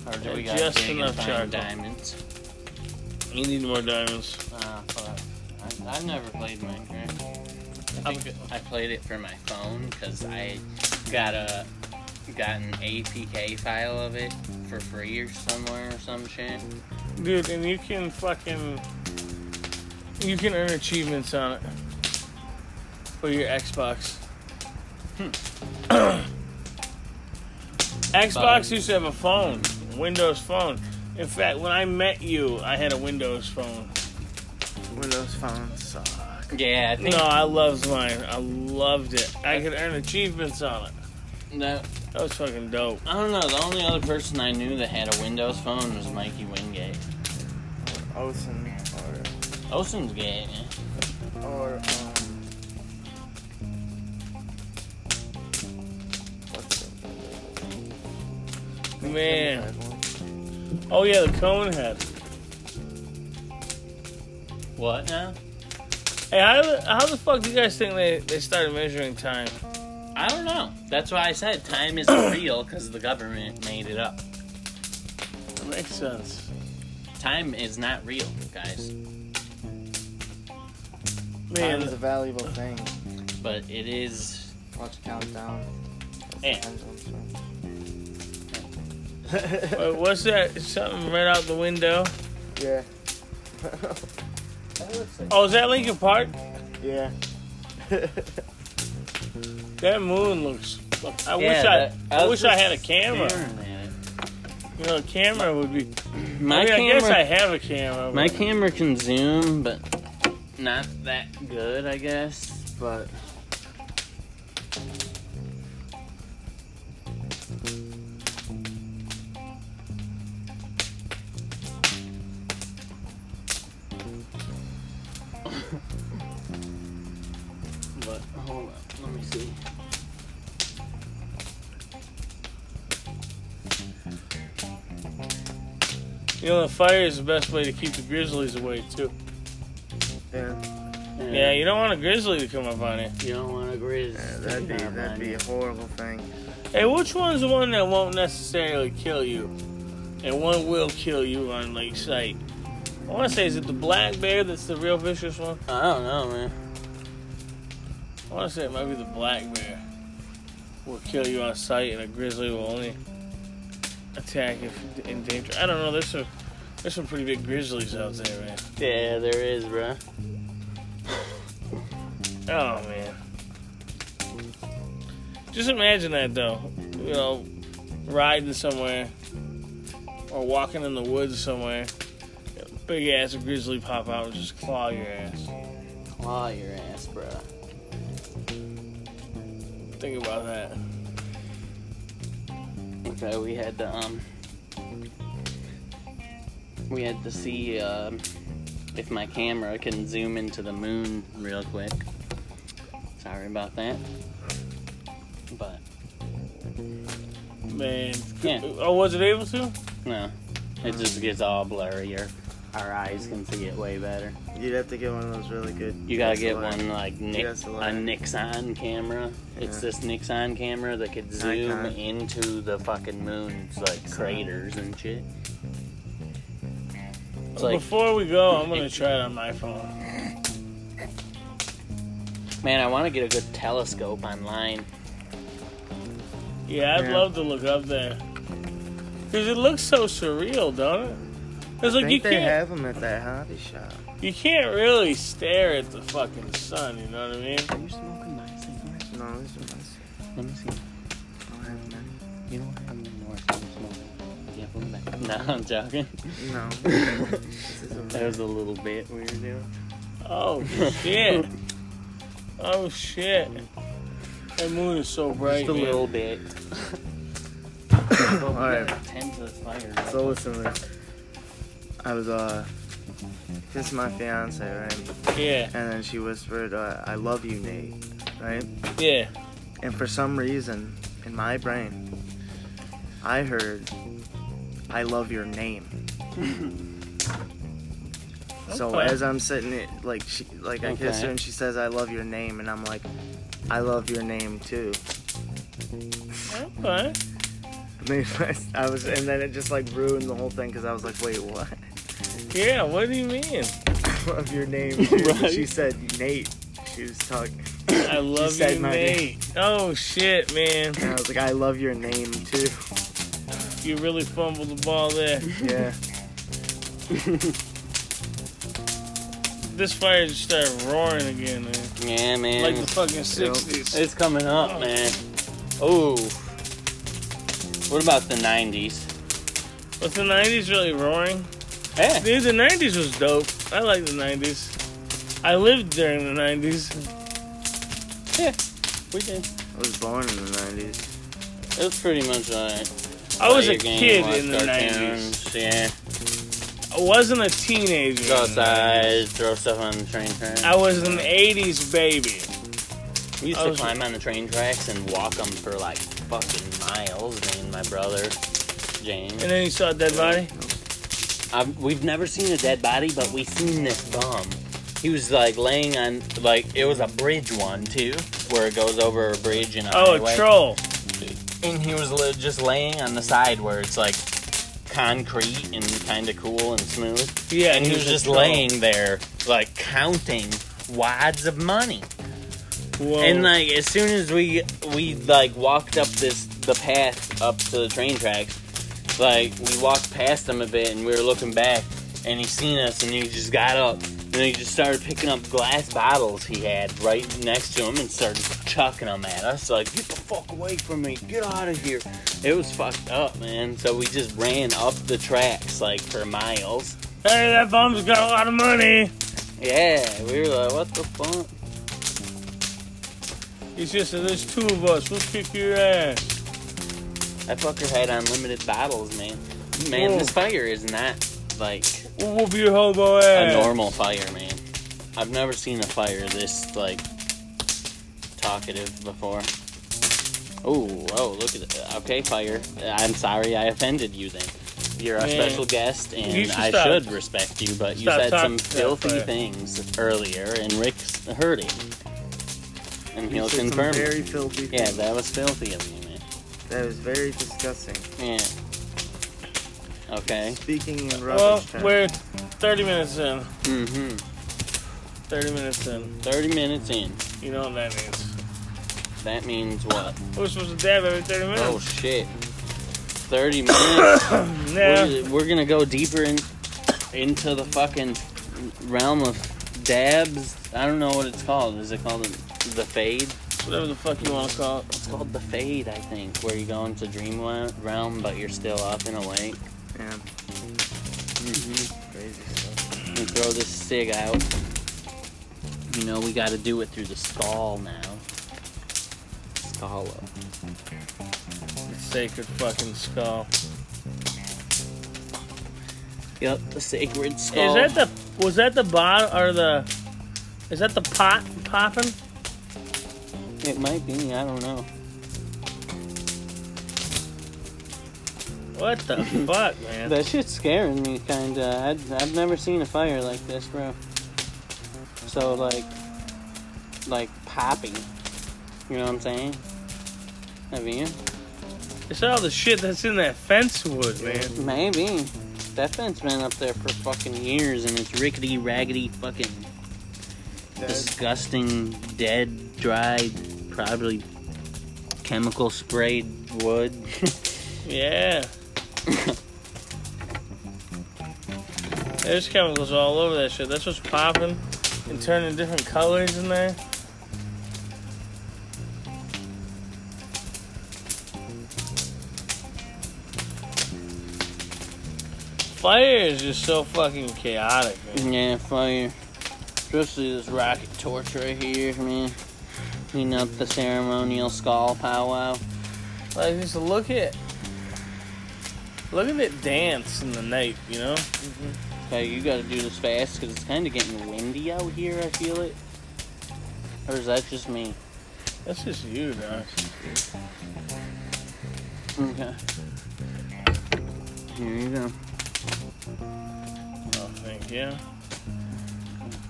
Or do we
Yeah,
got
just
just
enough
enough
charcoal.
diamonds?
you need more diamonds.
Ah, fuck. I, I've never played Minecraft. I,
I'm
think I played it for my phone because I got a got an APK file of it for free or somewhere or some shit.
Dude, and you can fucking you can earn achievements on it for your Xbox.
Hmm.
Xbox used to have a phone, Windows phone. In fact, when I met you, I had a Windows phone.
Windows Phone suck.
Yeah, I think
No, I loved mine. I loved it. I could earn achievements on it.
no.
That was fucking dope.
I don't know. The only other person I knew that had a Windows phone was Mikey Wingate.
Olsen
Osen's gay. man.
or or um. What's the
Man. Oh yeah, the cone head.
What now?
Hey, how the, how the fuck do you guys think they, they started measuring time?
I don't know. That's why I said time isn't real because the government made it up.
That makes sense.
Time is not real, guys.
Time is
Man,
a valuable thing.
But it is.
Watch countdown. That's the
Yeah.
countdown song.
uh, what's that? Something right out the window?
yeah.
Oh, is that Lincoln Park?
yeah.
That moon looks. I
Yeah,
wish
that-
I, I,
was
wish I
just
had a camera.
staring at it.
You know, a camera would be.
My
I, mean, I
camera.
guess I have a camera.
my
but-
camera can zoom, but not that good, I guess. But but hold up, let me see.
You know, the fire is the best way to keep the grizzlies away too.
Yeah.
Yeah, you don't want a grizzly to come up on you.
you don't want to grizz.
That'd be that'd be a horrible thing.
Hey, which one's the one that won't necessarily kill you, and one will kill you on like sight? I want to say, is it the black bear that's the real vicious one?
I don't know, man.
I want to say it might be the black bear will kill you on sight, and a grizzly will only attack if in danger. I don't know. There's some there's some pretty big grizzlies out there, man.
Yeah, there is, bruh.
Oh man. Just imagine that though. You know, riding somewhere or walking in the woods somewhere. Big ass grizzly pop out and just claw your ass.
Claw your ass, bruh.
Think about that.
So we had um, we had to see um, if my camera can zoom into the moon real quick. Sorry about that, but
Man.
Yeah.
Oh, was it able to?
no, it just gets all blurrier. Our eyes can see it way better.
You'd have to get one of those really good.
You gotta get
DSLR.
one like Nick, a
DSLR.
Nixon camera. It's
Yeah.
this Nixon camera that could zoom
Nikon.
into the fucking moon's like craters and shit. It's
Oh.
like,
Before we go, I'm gonna try it on my phone.
man, I want to get a good telescope online.
Yeah, I'd
Yeah.
love to look up there. Cause it looks so surreal, don't it? It's
I
like you
think they
can't
have them at that hobby shop.
you can't really stare at the fucking sun. You know what I mean?
Are you smoking my cigarette?
No, these ones.
Let me see.
I don't have many.
You know what? I'm gonna work on smoking. Yeah, put 'em back. No, I'm joking.
No. this is a
That was a little bit weird.
Oh shit! oh shit! That moon is so bright.
Just a
man.
little bit.
All right.
Tend to this fire.
So listen, to this. I was uh, this is my fiance, right?
Yeah,
And then she whispered, uh, "I love you, Nate," right?
yeah.
And for some reason, in my brain, I heard, "I love your name." so
Okay.
as I'm sitting, it like she, like I kiss
Okay.
her and she says, "I love your name," and I'm like, "I love your name too."
Okay.
I mean, I was, and then it just like ruined the whole thing because I was like, "Wait, what?"
Yeah. What do you mean?
of your name. too.
Right.
She said Nate. She was talking.
I love
said
you,
my
Nate. Oh shit, man!
And I was like, I love your name too.
You really fumbled the ball there.
Yeah.
This fire just started roaring again, man.
Yeah, man.
Like the fucking sixties.
It's coming up, man. Oh. What about the 90s?
Was the nineties really roaring?
Yeah.
Dude, the nineties was dope. I like the nineties. I lived during the nineties.
yeah. We did.
I was born in the 90s.
It was pretty much like.
I was a
play your
kid
game, watch
in the nineties.
cartoons, Yeah.
I wasn't a teenager. in
Go
the 90s.
outside, throw stuff on the train tracks.
I was an 80s baby.
We used
I
to
was-
climb on the train tracks and walk them for like fucking miles, me and my brother, James.
And then you saw a dead body?
I've, we've never seen a dead body, but we seen this bum. He was like laying on, like, it was a bridge one too, where it goes over a bridge and a
Oh,
highway.
a troll.
and he was li- just laying on the side where it's like concrete and kind of cool and smooth.
Yeah,
And he was
a
just
troll.
laying there, like counting wads of money.
Whoa.
And like as soon as we we like walked up this the path up to the train tracks, like we walked past him a bit and we were looking back, and he seen us and he just got up and he just started picking up glass bottles he had right next to him and started chucking them at us like get the fuck away from me, get out of here. It was fucked up, man. So we just ran up the tracks like for miles.
hey, that bum's got a lot of money.
Yeah, we were like, what the fuck?
He's just said, there's two of us. We'll kick your ass.
That fucker had unlimited bottles, man. Man,
Whoa.
this fire is not like
We'll whoop your hobo ass.
a normal fire, man. I've never seen a fire this like talkative before. Oh, oh, look at it. Okay, fire. I'm sorry I offended you then. You're a
Man.
special guest, and
You should
I
stop.
should respect you, but you
Stop
said some
talking to that
filthy
fire.
things earlier, and Rick's heard it. And he'll
She said some
confirm. it.
Very filthy.
Yeah,
things.
that was filthy of you, man.
That was very disgusting.
Yeah. Okay. Oh,
Speaking in rubbish
Well,
terms.
we're 30 minutes in.
Mm-hmm.
30 minutes in.
30 minutes in.
You know what that means.
That means what?
Hmm. We're supposed to dab every 30 minutes.
Oh shit. 30 minutes.
Nah.
we're, we're gonna go deeper in, into the fucking realm of dabs. I don't know what it's called. Is it called the fade?
Whatever the fuck you want to call it.
It's called the fade, I think, where you go into dream la- realm, but you're still up and awake.
Yeah,
Mm-hmm.
crazy stuff.
You throw this sig out. You know we got to do it through the skull now. Skull.
Sacred fucking skull.
Yep, the sacred skull.
Is that the was that the bot or the is that the pot popping?
It might be. I don't know.
What the fuck, man?
That shit's scaring me, kinda. I'd, I've never seen a fire like this, bro. So, like, like popping. You know what I'm saying? Have you?
It's all the shit that's in that fence wood, man.
Maybe. That fence been up there for fucking years and it's rickety, raggedy, fucking disgusting, dead, dried, probably chemical sprayed wood.
Yeah. There's chemicals all over that shit. That's what's popping and turning different colors in there. Fire is just so fucking chaotic, man.
yeah, fire. Especially this rocket torch right here, man. Clean up the ceremonial skull powwow.
Like just look at look at it dance in the night, you know?
Okay, you gotta do this fast because it's kind of getting windy out here, I feel it. Or is that just me?
That's just you, dog.
Okay. Here you go.
Oh, thank you.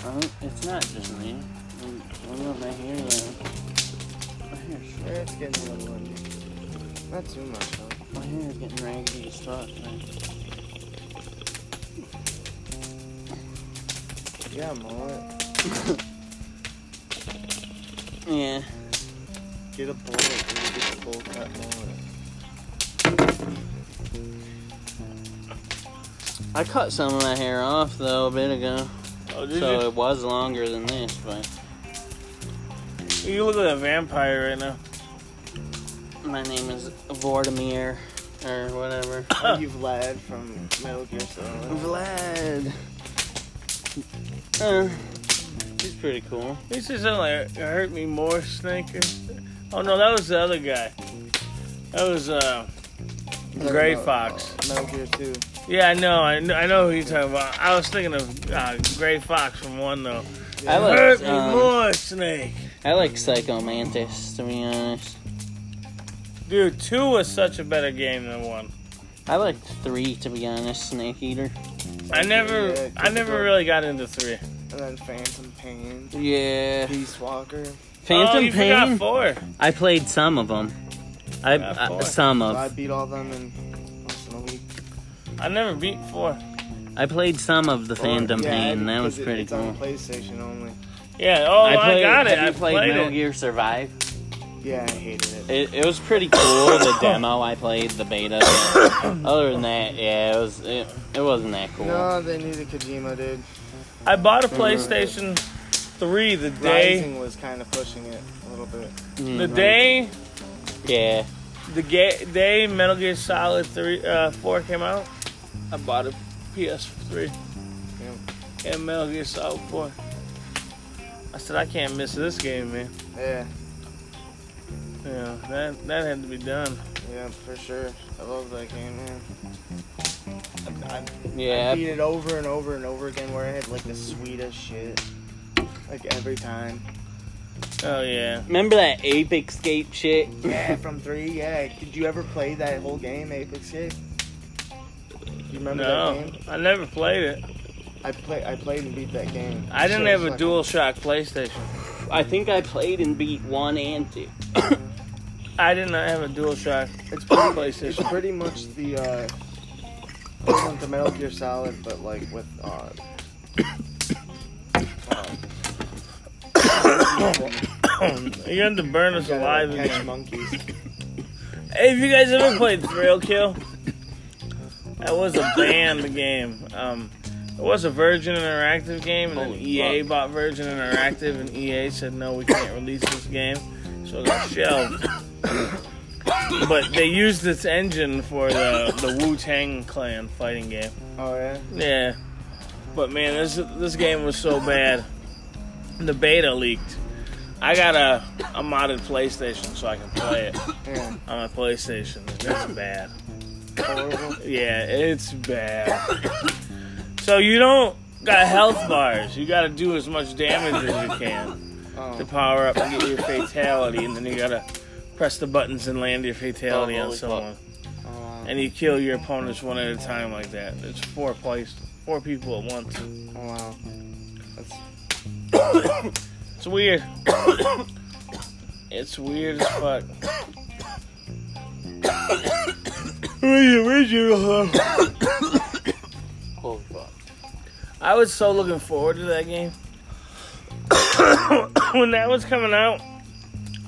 Oh, it's not just me. I'm, I'm not my hair though. My hair's short.
It's getting a little windy. Not too much though.
My hair is getting raggedy as fuck, man.
Yeah, mullet.
Yeah.
Get a bullet. dude. Get a bowl cut mullet.
I cut some of my hair off though a bit ago,
Oh, did
so it was longer than this, but
you? You look like a vampire right now.
my name is Vortimir, or whatever.
Are you Vlad from Metal Gear Solid?
Vlad. Uh, he's pretty cool.
He said something like "hurt me more, snake." or- Oh no, that was the other guy. That was uh, Gray Fox.
Metal Gear 2.
Yeah, I know. I know, I know who you're talking about. I was thinking of uh, Gray Fox from one though.
I like
Hurt me
um,
more, snake.
I like Psycho Mantis to be honest.
Dude, two was such a better game than one.
I like three to be honest. Snake Eater.
I never,
Yeah,
I never
difficult.
really got into three.
And then Phantom Pain.
Yeah.
Peace Walker.
oh,
Phantom
you
Pain.
forgot four.
I played some of them. I,
Forgot
I
four.
some
So I
of.
beat all them in less than a week.
I never beat four.
I played some of the Phantom
Yeah,
Pain. That
because
was
it-
pretty
it's
cool.
on PlayStation only.
Yeah. Oh, I, got it.
have
I
you played,
played,
Metal
it.
Gear Survive.
Yeah, I hated
It,
it.
it was pretty cool. the demo I played, the beta. but Other than that, yeah, it was. It, it wasn't that cool.
No, they needed Kojima, dude.
I bought a PlayStation three the day.
Rising was kind of pushing it a little bit.
Mm,
The day
Yeah.
the ga- day Metal Gear Solid three uh, four came out, I bought a PS3 and Metal Gear Solid four. I said I can't miss this game, man.
Yeah,
Yeah, that that had to be done.
yeah, for sure. I love that game, man. I, I
Yeah.
beat it over and over and over again where I had like the sweetest shit. Like every time.
Oh yeah,
Remember that Ape Escape shit?
Yeah, from three, yeah. Did you ever play that whole game, Apex Escape? You remember that
no,
game?
I never played it.
I play I played and beat that game.
I didn't
Shit
have a
was fucking-
DualShock PlayStation.
I think I played and beat one and two.
I did not have a DualShock
It's pretty, it's
PlayStation.
pretty much the uh equivalent to Metal Gear Solid, but like with uh,
You're going to burn us
gotta,
alive
like, catch
again.
monkeys.
Hey, if you guys ever played Thrill Kill, that was a banned game. Um, it was a Virgin Interactive game, and then
Holy
EA
fuck.
bought Virgin Interactive, and EA said no, we can't release this game, so it got shelved. but they used this engine for the the Wu Tang Clan fighting game.
Oh yeah.
Yeah, but man, this this game was so bad. The beta leaked. I got a, a modded PlayStation so I can play it
Yeah.
on my PlayStation. and It's bad.
Horrible.
Yeah, it's bad. So you don't got health bars. You got to do as much damage as you can to
Oh.
power up and get your fatality, and then you gotta press the buttons and land your fatality
Oh,
on
holy
someone.
Oh,
And you kill your opponents one at a time like that. It's four place, four people at once.
wow. That's
It's weird. it's weird as fuck. Where's your- where's your-
Holy fuck.
I was so looking forward to that game. when that was coming out,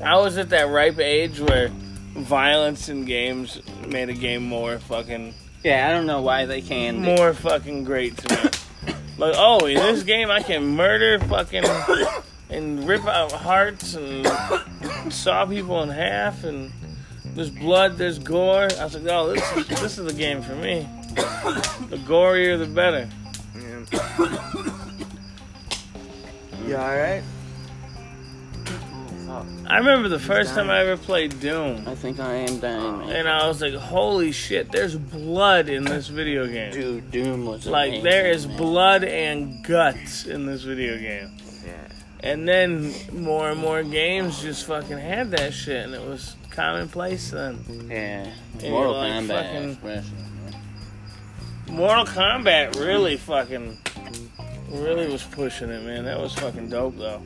I was at that ripe age where violence in games made a game more fucking
Yeah, I don't know why they can.
more fucking great to me. Like, oh, in this game I can murder fucking and rip out hearts and saw people in half and there's blood, there's gore. I was like, oh, this is, this is the game for me. The gorier, the better.
Yeah.
you all right?
I remember the first time I ever played Doom,
I think I am dying, man.
and I was like, holy shit, there's blood in this video game.
Dude, Doom was
Like
amazing,
there is
man.
blood and guts in this video game.
Yeah.
And then more and more games just fucking had that shit and it was commonplace then.
Yeah.
you're
Mortal
like
Kombat.
fucking-
especially.
Mortal Kombat really fucking really was pushing it, man. That was fucking dope though.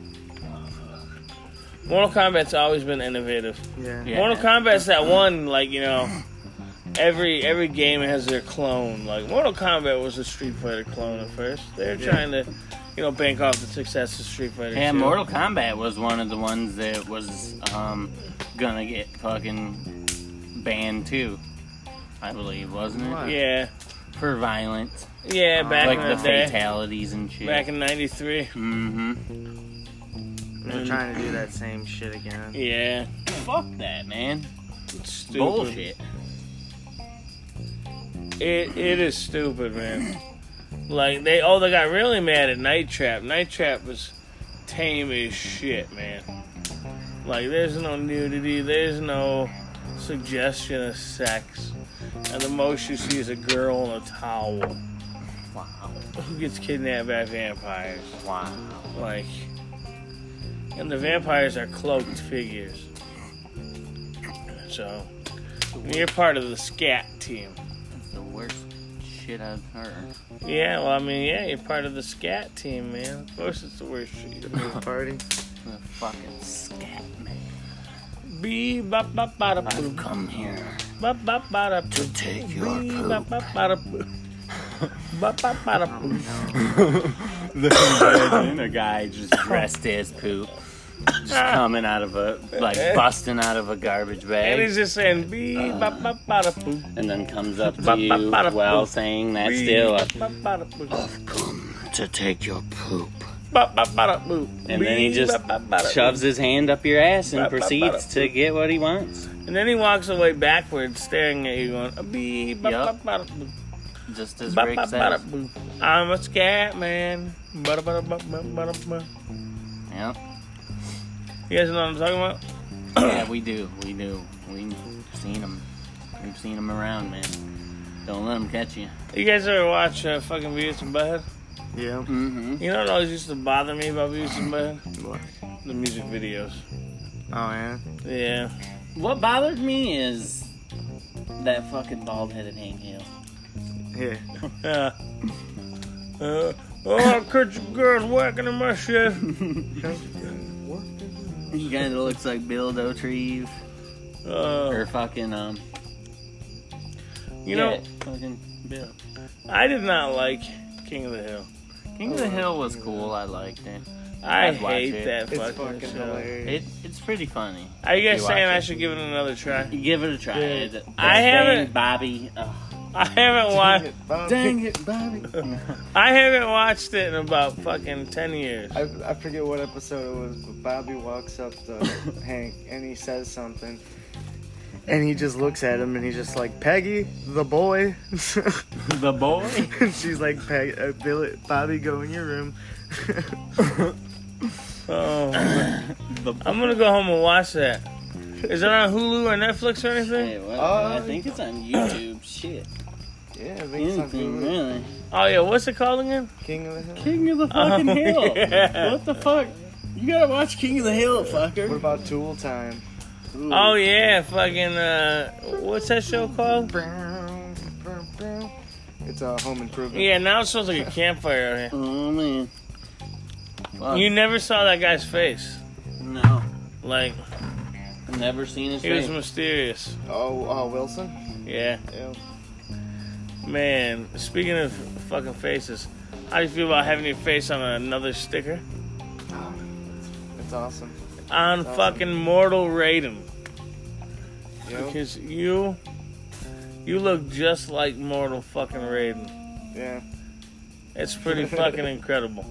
Mortal Kombat's always been innovative.
Yeah.
Yeah.
Mortal Kombat's that one, like you know, every every game has their clone. Like Mortal Kombat was a Street Fighter clone at first. They're trying to, you know, bank off the success of Street Fighter.
Yeah,
2.
Mortal Kombat was one of the ones that was um, gonna get fucking banned too. I believe, wasn't it?
Why?
Yeah,
For violence,
yeah, back
like
in
the
the, day,
fatalities and shit.
back in '93.
mm-hmm.
They're trying to do that same shit again.
Yeah,
Fuck that, man.
it's stupid.
Bullshit.
It it is stupid, man. Like they oh they got really mad at Night Trap. Night Trap was tame as shit, man. Like there's no nudity, there's no suggestion of sex, and the most you see is a girl in a towel
Wow.
who gets kidnapped by vampires.
Wow.
Like, and the vampires are cloaked figures. So you're part of the scat team.
That's the worst shit I've heard.
Yeah, well, I mean, yeah, you're part of the scat team, man. Of course, it's the worst shit.
Party.
The fucking scat man.
Bee bop bop bada
I've
boo.
come here
Bop bop bada boo.
to take your
Bee bop
poop.
bop bada boo. Bop bop bada boo.
a guy just dressed as poop, just coming out of a like busting out of a garbage
And
bag,
he's just saying bee bop bop bada boo.
and then comes up to
Ba- ba-
you
ba- da-
while
boop.
saying that
Bee
still uh,
bop bop bada boo.
to take your poop.
Bop bop bada boo.
And then he
Bee
just
bop bop bada boo.
shoves his hand up your ass and
Ba- ba- ba-
proceeds to get what he wants.
And then he walks away backwards, staring at you, going bee bop
Yup.
bop bada boo.
Just as
Ba-
Rick
ba-
says.
bada boo. I'm a scat man. Bada bada bada bada bada.
Yep.
You guys know what I'm talking about?
Yeah, we do. We do. We've seen him. We've seen him around, man. Don't let him catch you.
You guys ever watch uh, fucking Beavis and Butthead?
Yeah.
Mm-hmm.
You know what always used to bother me about Beavis and Butthead?
What?
The music videos.
Oh yeah.
Yeah.
What bothered me is that fucking bald-headed Hank Hill.
Yeah.
Yeah. Uh, oh, I catch you girls whacking in my shit.
He kind of looks like Bill Dotrieve
Uh,
or fucking um.
you know,
yeah, fucking Bill.
I did not like King of the Hill.
King of the Hill was cool. I liked it.
I
I'd watch
hate
it.
that
It's
fucking,
fucking
show.
hilarious.
It it's pretty funny.
Are you
if
guys
watch
saying I
it.
should give it another try?
You give it a try?
Yeah.
It- it's
I haven't-
Bang Bobby. Ugh.
I haven't watched.
Bob.
it, Bobby.
I haven't watched it in about fucking ten years.
I, I forget what episode it was, but Bobby walks up to Hank and he says something. And he just looks at him and he's just like, Peggy, the boy.
the boy.
and she's like, Peg, uh, Billy, Bobby, go in your room.
Oh,
The
I'm gonna go home and watch that. Is it on Hulu or Netflix or anything?
Hey, what? I
Uh,
think it's on YouTube. Shit.
yeah, I think it's on
Anything
Hulu.
really.
Oh yeah, what's it called again?
King of the Hill.
King of the
fucking
fucking
hill.
hill. What the fuck? You gotta watch King of the Hill,
What
fucker.
about Tool Time?
Oh yeah, fucking uh, what's that show called?
It's a uh, home improvement.
Yeah, now it sounds like a campfire out here.
Oh man. Fuck.
You never saw that guy's face.
no.
Like
I've never seen his
he was
face.
mysterious.
Oh, uh, Wilson?
Yeah,
Yeah.
man. Speaking of fucking faces, how do you feel about having your face on another sticker?
It's awesome.
On
awesome.
fucking Mortal Raiden,
Yep.
because you, you look just like Mortal fucking Raiden.
Yeah.
It's pretty fucking incredible.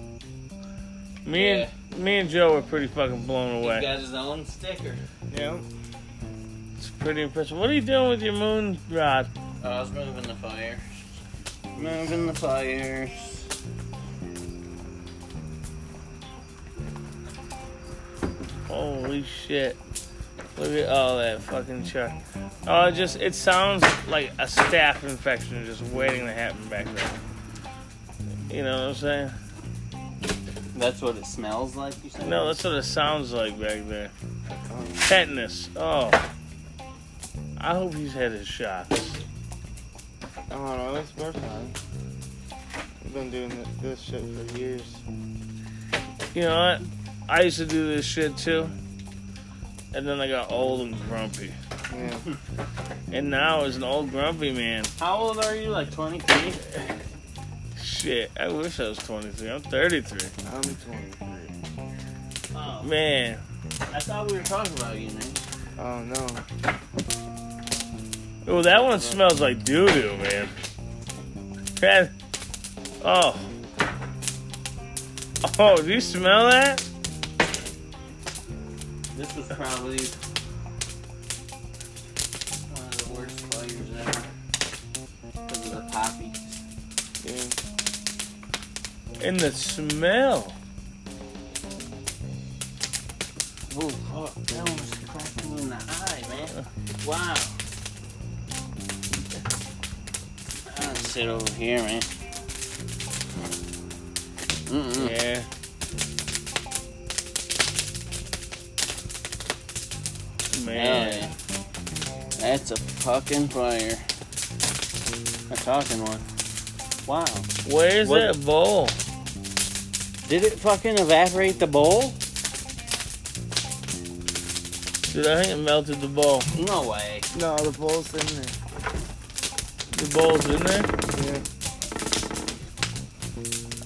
Me and me and Joe were pretty fucking blown
He's
away.
got his own sticker.
Yeah.
It's pretty impressive. What are you doing with your moon rod?
Oh, I was moving the fire. Moving the fires.
Holy shit! Look at all that fucking char. Oh, it just it sounds like a staph infection just waiting to happen back there. You know what I'm saying?
That's what it smells like, you said?
No, that's what it sounds like back there.
Um,
Tetanus. Oh, I hope he's had his shots.
I don't know. It's worth it. I've been doing this, this shit for years.
You know what? I used to do this shit too. And then I got old and grumpy.
Yeah.
And now as an old grumpy man,
How old are you? Like 23?
shit, I wish I was 23. I'm 33.
I'm 23.
Oh.
Man,
I thought we were talking about you, man.
Oh no.
oh, that one smells like doo doo, man. That- Oh. Oh, do you smell that?
This is probably one of the worst fires ever. Because of the poppy.
Yeah.
And the smell.
Oh, fuck. That almost cracked me in the eye, man. Wow. I'll sit over here, man. Mm-mm.
Yeah. Man.
Yeah. That's a fucking fire. A talking one. Wow.
Where's
What-
that bowl?
Did it fucking evaporate the bowl?
Dude, I think it melted the bowl.
No way.
No, the bull's in there.
The bowl's in there?
Yeah.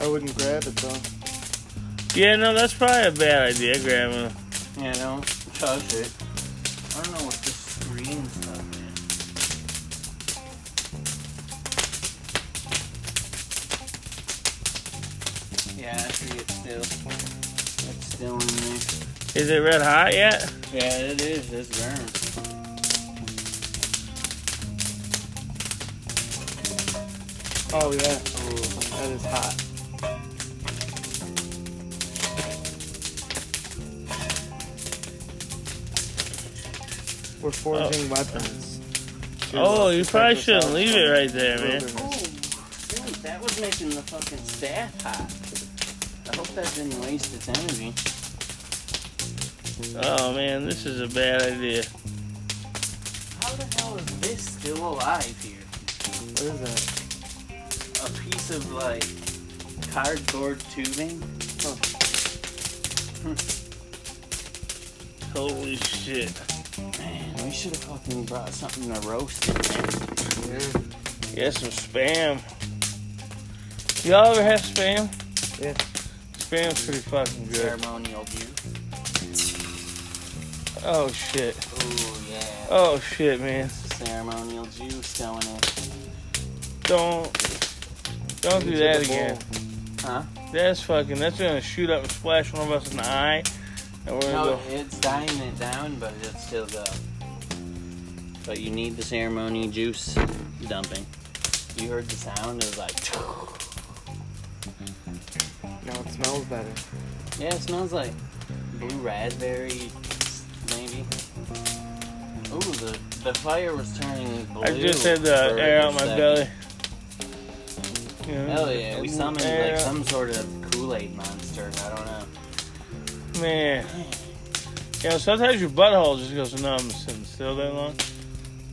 I wouldn't grab it though.
Yeah, no, that's probably a bad idea, Grandma.
You know, touch it. I don't know what this screen stuff is. Yeah, I see it still. It's still in
Is it red hot yet?
there. Yeah, it is. It's burnt.
Oh yeah. that is hot. We're forging weapons.
Oh, you probably shouldn't leave it right there, man.
Oh, dude, that was making the fucking staff hot. I hope that didn't waste its energy.
Oh man, this is a bad idea.
How the hell is this still alive here?
What is that?
a piece of like cardboard tubing.
Holy shit.
Man, we Oh, should have fucking brought something to roast it. man.
Yeah, some spam. Y'all ever have spam? Yeah. Spam's pretty fucking good.
Ceremonial view.
Oh shit.
Ooh, yeah.
Oh shit, man.
Ceremonial juice going in.
Don't don't do
Into
that
the bowl.
again.
Huh?
That's fucking that's gonna shoot up and splash one of us in the eye. And we're gonna
No,
go
it's dying it down, but it's still go. But you need the ceremony juice dumping. You heard the sound, it was like,
No, it smells better.
yeah, it smells like blue raspberry, maybe. Ooh, the, the fire was turning blue.
I just had the
for
air
a
out my
second.
belly. Yeah.
Hell yeah, we
And
summoned
air-
like some sort of Kool Aid monster. I don't know.
Man. You know, sometimes your butthole just goes numb sitting still that long.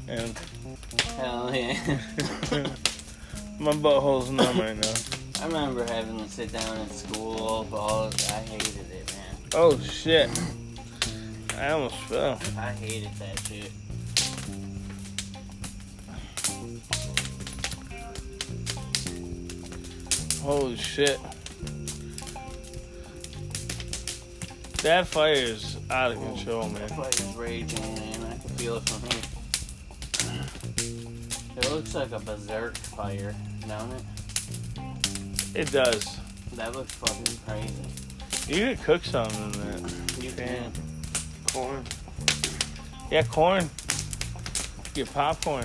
And
Hell yeah.
my butthole's numb right now.
I remember having to sit down at school, but all, I hated it, man.
Oh shit. I almost fell.
I hated that shit.
Holy shit. That fire is out of control, man.
That fire's raging, man. I can feel it from here. It looks like a berserk fire, don't it?
It does.
That looks fucking crazy.
You could cook something in that.
You
Damn.
can.
Corn.
Yeah, corn. Get popcorn.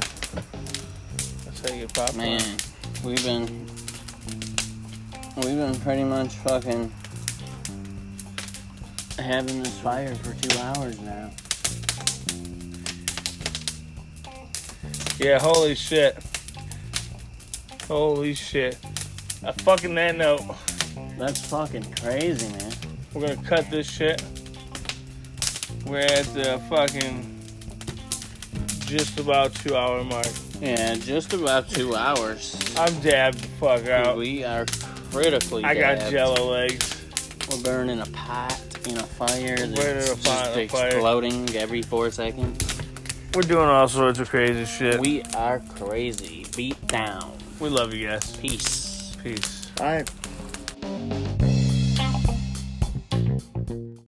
That's how you get popcorn.
Man, we've been. We've been pretty much fucking. having this fire for two hours now.
Yeah, holy shit. Holy shit. I fucking that note.
That's fucking crazy, man.
We're gonna cut this shit. We're at the fucking just about two hour mark.
Yeah, just about two hours.
I'm dabbed the fuck out.
We are critically.
I got
dabbed.
jello legs.
We're burning a pot in a fire
burning a
that's
pot
just
in a fire.
exploding every four seconds.
We're doing all sorts of crazy shit. We,
We are crazy. Beat down.
we love you guys.
Peace.
Peace.
Bye.